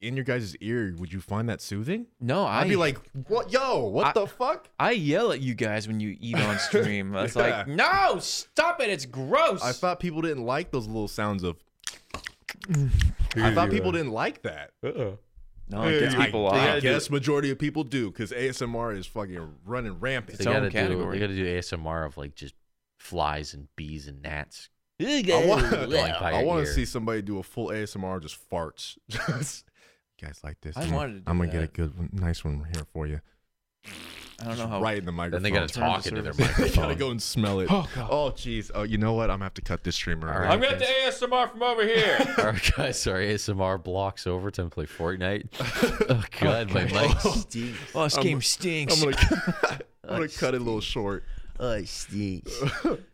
Speaker 2: in your guys' ear, would you find that soothing?
Speaker 3: No, I,
Speaker 2: I'd be like, "What? Yo, what
Speaker 3: I-
Speaker 2: the fuck?"
Speaker 3: I yell at you guys when you eat on stream. It's
Speaker 2: Yeah.
Speaker 3: like, no, stop it. It's gross.
Speaker 2: I thought people didn't like those little sounds of. I thought people didn't like that.
Speaker 3: no, it gets people
Speaker 2: I,
Speaker 3: off.
Speaker 2: guess majority of people do because ASMR is fucking running rampant.
Speaker 3: It's
Speaker 1: they
Speaker 3: own
Speaker 1: gotta do. They
Speaker 3: category.
Speaker 1: gotta do ASMR of like just flies and bees and gnats.
Speaker 2: I want,
Speaker 1: Like by
Speaker 2: I
Speaker 1: your
Speaker 2: want to
Speaker 1: ear.
Speaker 2: see somebody do a full ASMR of just farts. Just, you guys like this?
Speaker 3: I
Speaker 2: I'm-
Speaker 3: wanted to do
Speaker 2: I'm gonna get a
Speaker 3: that.
Speaker 2: good, one, nice one here for you.
Speaker 3: I don't know how.
Speaker 2: right in the
Speaker 1: Oh. Then
Speaker 2: microphone.
Speaker 1: they gotta talk
Speaker 3: Turn
Speaker 1: into
Speaker 3: the
Speaker 1: their
Speaker 3: service.
Speaker 2: They gotta
Speaker 1: microphone.
Speaker 2: go and smell it. Oh, jeez. Oh, you know what? I'm gonna have to cut this streamer.
Speaker 1: All right.
Speaker 3: I'm going to ASMR from over here.
Speaker 1: All right, guys, sorry, ASMR blocks over to play Fortnite. oh god, my mic stinks.
Speaker 3: oh, this game stinks.
Speaker 2: I'm gonna, I'm gonna cut it a little short.
Speaker 1: Oh, it stinks.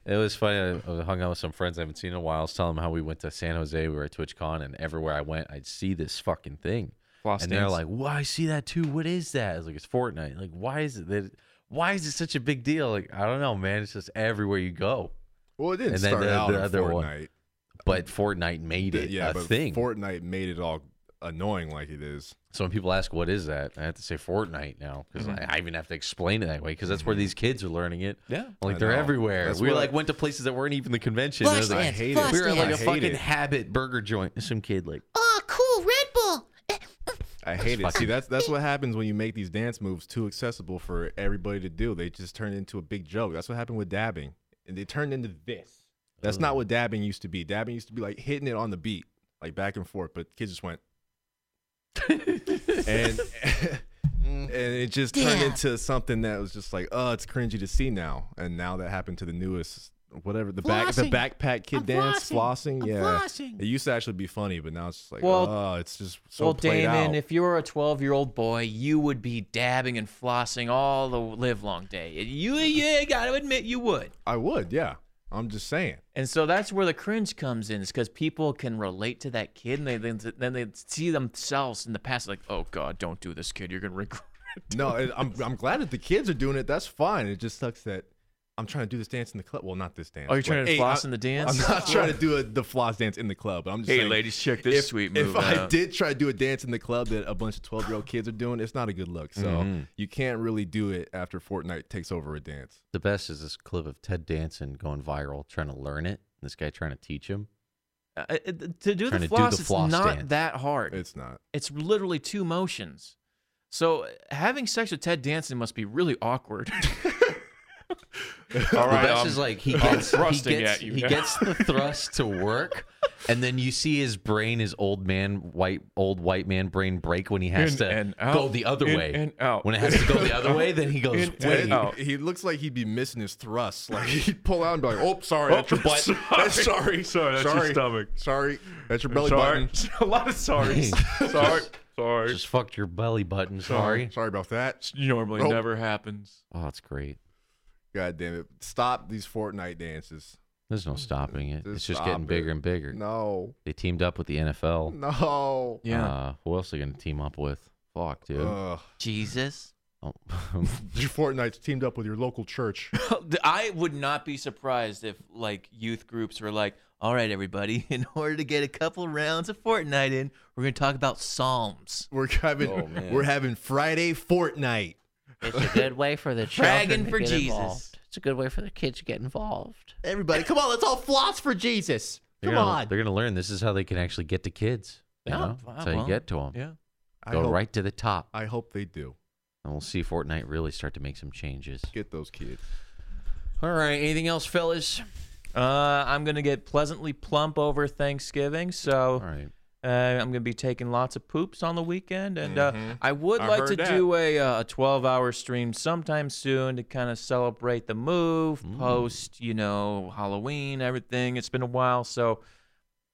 Speaker 1: it was funny. I I hung out with some friends I haven't seen in a while. I was telling them how we went to San Jose. We were at TwitchCon, and everywhere I went, I'd see this fucking thing.
Speaker 3: Floss
Speaker 1: and they're
Speaker 3: dance.
Speaker 1: like, "Well, I see that too. What is that?" I was like, "It's Fortnite. Like, why is it that? Why is it such a big deal? Like, I don't know, man. It's just everywhere you go.
Speaker 2: Well, it didn't
Speaker 1: And then
Speaker 2: start
Speaker 1: the-
Speaker 2: out
Speaker 1: the
Speaker 2: in
Speaker 1: other
Speaker 2: Fortnite.
Speaker 1: one. But Fortnite made it
Speaker 2: yeah,
Speaker 1: a
Speaker 2: but
Speaker 1: thing.
Speaker 2: Fortnite made it all annoying like it is.
Speaker 1: so when people ask, "What is that?" I have to say Fortnite now because I, I even have to explain it that way because that's where these kids are learning it.
Speaker 3: Yeah.
Speaker 1: Like
Speaker 2: Mm-hmm. I
Speaker 1: they're
Speaker 2: know.
Speaker 1: everywhere.
Speaker 2: That's
Speaker 1: we
Speaker 2: what I-
Speaker 1: like went to places that weren't even the convention. and I was like,
Speaker 2: I hate it.
Speaker 1: we were at like a
Speaker 2: I hate
Speaker 1: fucking
Speaker 2: it.
Speaker 1: habit burger joint. And Some kid like,
Speaker 7: Oh, cool, Red Bull. Eh,
Speaker 2: I hate it. See, that's that's what happens when you make these dance moves too accessible for everybody to do. They just turn into a big joke. That's what happened with dabbing, and they turned into this. That's not what dabbing used to be. Dabbing used to be like hitting it on the beat, like back and forth. But kids just went, and
Speaker 3: Mm.
Speaker 2: and it just turned
Speaker 7: Yeah.
Speaker 2: into something that was just like, oh, it's cringy to see now. And now that happened to the newest whatever the back the
Speaker 5: Flossing.
Speaker 2: backpack kid
Speaker 5: I'm
Speaker 2: dance flossing.
Speaker 5: flossing. I'm
Speaker 2: yeah,
Speaker 5: flossing.
Speaker 2: it used to actually be funny, but now it's just like
Speaker 3: Well-
Speaker 2: oh, it's just so
Speaker 3: well,
Speaker 2: played
Speaker 3: Damon,
Speaker 2: out.
Speaker 3: if you were a 12 year old boy, you would be dabbing and flossing all the live long day. You, yeah, got to admit you would.
Speaker 2: I would, yeah. I'm just saying.
Speaker 3: And so that's where the cringe comes in, is because people can relate to that kid, and they then, then they see themselves in the past, like, oh god, don't do this, kid. You're gonna regret.
Speaker 2: No, it, I'm I'm glad that the kids are doing it. That's fine. It just sucks that I'm trying to do this dance in the club. Well, not this dance.
Speaker 3: Oh, you're
Speaker 2: but-
Speaker 3: trying to
Speaker 2: Hey,
Speaker 3: floss
Speaker 2: I-
Speaker 3: in the dance?
Speaker 2: I'm not trying to do a, the floss dance in the club. But I'm just saying,
Speaker 3: check
Speaker 2: if, If I did try to do a dance in the club that a bunch of 12 year old kids are doing, it's not a good look. So
Speaker 4: Mm-hmm.
Speaker 3: Mm-hmm.
Speaker 2: you can't really do it after Fortnite takes over a dance.
Speaker 1: The best is this clip of Ted Danson going viral, trying to learn it. This guy trying to teach him.
Speaker 3: Uh, uh, to do
Speaker 1: Trying to do
Speaker 3: the
Speaker 1: the
Speaker 3: floss, it's
Speaker 1: floss
Speaker 3: not
Speaker 1: dance.
Speaker 3: that hard. It's,
Speaker 2: It's not.
Speaker 3: literally two motions. So uh, having sex with Ted Danson must be really awkward.
Speaker 4: All
Speaker 1: the best is like he
Speaker 4: I'm
Speaker 1: gets he
Speaker 4: thrusting
Speaker 1: gets,
Speaker 4: at you
Speaker 1: he
Speaker 4: now.
Speaker 1: gets the thrust to work, and then you see his brain, his old man, white old white man brain break when he has
Speaker 3: In
Speaker 1: to
Speaker 3: and out,
Speaker 1: go the other
Speaker 3: in
Speaker 1: way.
Speaker 3: and out,
Speaker 1: When it has to go the other
Speaker 3: out,
Speaker 1: way, then he goes
Speaker 3: in and
Speaker 1: wait.
Speaker 3: out.
Speaker 2: He, he looks like he'd be missing his thrusts. Like he'd pull out and be like, "Oh, sorry, that's your butt. Sorry, that's, sorry,
Speaker 4: Sorry, that's your
Speaker 2: sorry,
Speaker 4: stomach.
Speaker 2: Sorry, that's your belly
Speaker 4: sorry.
Speaker 2: button.
Speaker 4: A lot of sorries. sorry. Sorry.
Speaker 1: Just fucked your belly button. Sorry.
Speaker 2: Sorry about that.
Speaker 3: Normally,
Speaker 2: Nope.
Speaker 3: never happens.
Speaker 1: Oh, it's great.
Speaker 2: God damn it! Stop these Fortnite dances.
Speaker 1: There's no stopping it.
Speaker 2: Just
Speaker 1: it's just getting
Speaker 2: stop
Speaker 1: bigger
Speaker 2: it.
Speaker 1: and bigger.
Speaker 2: No,
Speaker 1: They teamed up with the NFL.
Speaker 2: no.
Speaker 3: Yeah. Uh,
Speaker 1: Uh, who else are they going to team up with? Fuck, dude.
Speaker 2: Ugh.
Speaker 5: Jesus.
Speaker 1: Oh.
Speaker 2: your Fortnite's teamed up with your local church.
Speaker 3: I would not be surprised if like youth groups were like, all right, everybody, in order to get a couple rounds of Fortnite in, we're gonna talk about Psalms.
Speaker 2: We're having
Speaker 3: Oh,
Speaker 2: we're having Friday Fortnite.
Speaker 5: It's a good way for the
Speaker 3: Dragging
Speaker 5: children to
Speaker 3: for
Speaker 5: get
Speaker 3: Jesus.
Speaker 5: involved. It's a good way for the kids to get involved.
Speaker 6: Everybody, come on, let's all floss for Jesus.
Speaker 1: They're
Speaker 6: Come
Speaker 1: gonna,
Speaker 6: on.
Speaker 1: They're going to learn this is how they can actually get to kids. You
Speaker 3: Yeah,
Speaker 1: know? That's how you
Speaker 3: well,
Speaker 1: get to them.
Speaker 3: Yeah.
Speaker 2: I
Speaker 1: Go
Speaker 2: hope,
Speaker 1: right to the top.
Speaker 2: I hope they do.
Speaker 1: And we'll see Fortnite really start to make some changes.
Speaker 2: Get those kids.
Speaker 1: All right. Anything else, fellas?
Speaker 3: Uh, I'm gonna get pleasantly plump over Thanksgiving,
Speaker 1: All
Speaker 3: so
Speaker 1: right. Mm-hmm.
Speaker 3: uh, I'm gonna be taking lots of poops on the weekend, and uh, I would
Speaker 2: I
Speaker 3: like
Speaker 2: heard
Speaker 3: to
Speaker 2: that.
Speaker 3: do a uh, a 12 hour stream sometime soon to kind of celebrate the move,
Speaker 1: Mm.
Speaker 3: post you know Halloween, everything. It's been a while, so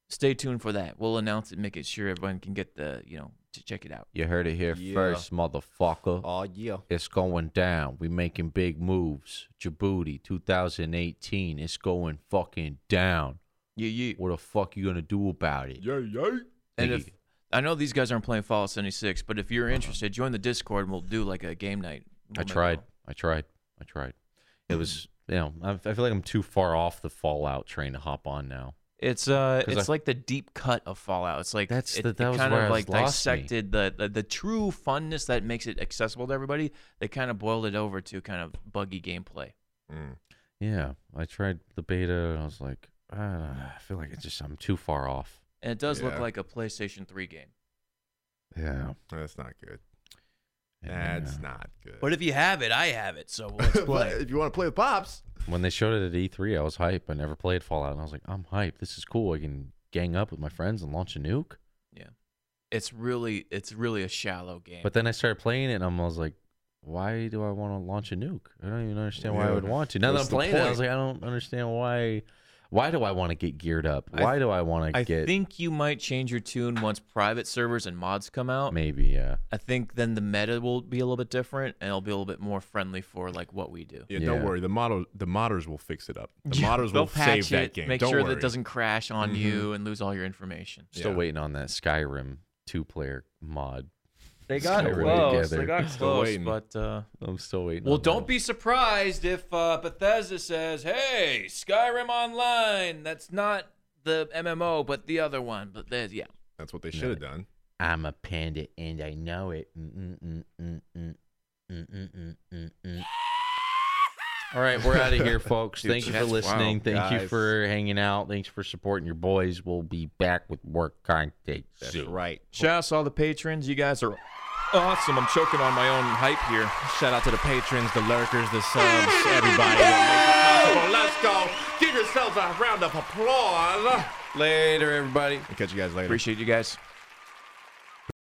Speaker 3: stay tuned for that. We'll announce it, make it sure everyone can get the you know to check it out.
Speaker 1: You heard it here
Speaker 2: Yeah.
Speaker 1: first, motherfucker.
Speaker 2: Oh yeah.
Speaker 1: It's going down. We making big moves. Djibouti 2018. It's going fucking down.
Speaker 3: Yeah, yeah.
Speaker 1: What the fuck you gonna do about it?
Speaker 2: Yay yay.
Speaker 3: And
Speaker 1: Nigga.
Speaker 3: if I know these guys aren't playing Fallout 76, but if you're interested, join the Discord and we'll do like a game night.
Speaker 1: Uh-huh. I
Speaker 3: We'll make
Speaker 1: tried.
Speaker 3: one.
Speaker 1: I tried. I tried. It was, you know, I, I feel like I'm too far off the Fallout train to hop on now.
Speaker 3: It's uh,
Speaker 1: 'Cause
Speaker 3: it's
Speaker 1: I-
Speaker 3: like the deep cut of Fallout. It's like
Speaker 1: That's
Speaker 3: it,
Speaker 1: the-
Speaker 3: it
Speaker 1: that was
Speaker 3: kind
Speaker 1: where I
Speaker 3: of like
Speaker 1: lost me.
Speaker 3: dissected the, the the true funness that makes it accessible to everybody. They kind of boiled it over to kind of buggy gameplay.
Speaker 2: Mm.
Speaker 1: Yeah, I tried the beta. and I was like, I don't know. I feel like it's just I'm too far off.
Speaker 3: And it does
Speaker 2: Yeah.
Speaker 3: look like a PlayStation 3 game.
Speaker 1: Yeah,
Speaker 2: That's not good.
Speaker 1: and,
Speaker 2: That's
Speaker 1: uh,
Speaker 2: not good.
Speaker 3: But if you have it, I have it, so let's play.
Speaker 2: if you want to play with pops,
Speaker 1: When they showed it at E3, I was hype. I never played Fallout, and I was like, I'm hype. This is cool. I can gang up with my friends and launch a nuke.
Speaker 3: it's really it's really a shallow game.
Speaker 1: But then I started playing it, and I was like, why do I want to launch a nuke? I don't even understand why I
Speaker 2: Yeah,
Speaker 1: would want to. Now that
Speaker 2: what's
Speaker 1: I'm
Speaker 2: the
Speaker 1: playing it, I was like,
Speaker 2: point?
Speaker 1: I don't understand why. Why do I want to get geared up?
Speaker 3: I-
Speaker 1: Why do I want to
Speaker 3: I
Speaker 1: get
Speaker 3: think you might change your tune once private servers and mods come out.
Speaker 1: maybe? uh, Yeah,
Speaker 3: I think then the meta will be a little bit different and it'll be a little bit more friendly for like what we do.
Speaker 2: yeah, don't
Speaker 1: Yeah.
Speaker 2: worry. The model, the modders will fix it up. The modders
Speaker 3: They'll
Speaker 2: will
Speaker 3: patch
Speaker 2: save that
Speaker 3: it,
Speaker 2: game.
Speaker 3: make
Speaker 2: don't
Speaker 3: sure
Speaker 2: worry. Mm-hmm.
Speaker 3: that it doesn't crash on you and lose all your information.
Speaker 1: still
Speaker 2: Yeah.
Speaker 1: waiting on that Skyrim two-player mod.
Speaker 3: They
Speaker 1: got Skyrim close, together. they got
Speaker 2: Still close, waiting.
Speaker 3: but uh,
Speaker 1: I'm still waiting.
Speaker 3: well,
Speaker 1: on that.
Speaker 3: don't be surprised if uh, Bethesda says, "Hey, Skyrim Online, that's not the MMO, but the other one." But there's yeah,
Speaker 2: That's what they should have done.
Speaker 1: I'm a panda and I know it. Mm, All right, we're out of here, folks. Thank you for
Speaker 3: that's-
Speaker 1: listening.
Speaker 3: wow,
Speaker 1: Thank you
Speaker 2: guys.
Speaker 1: for hanging out. Thanks for supporting your boys. We'll be back with more content
Speaker 2: That's
Speaker 1: soon.
Speaker 2: right.
Speaker 3: Shout out to all the patrons. You guys are awesome. I'm choking on my own hype here.
Speaker 6: Shout out to the patrons, the lurkers, the subs, everybody.
Speaker 2: let's go. Give yourselves a round of applause.
Speaker 1: Later, everybody.
Speaker 2: Catch you guys later.
Speaker 3: Appreciate you guys.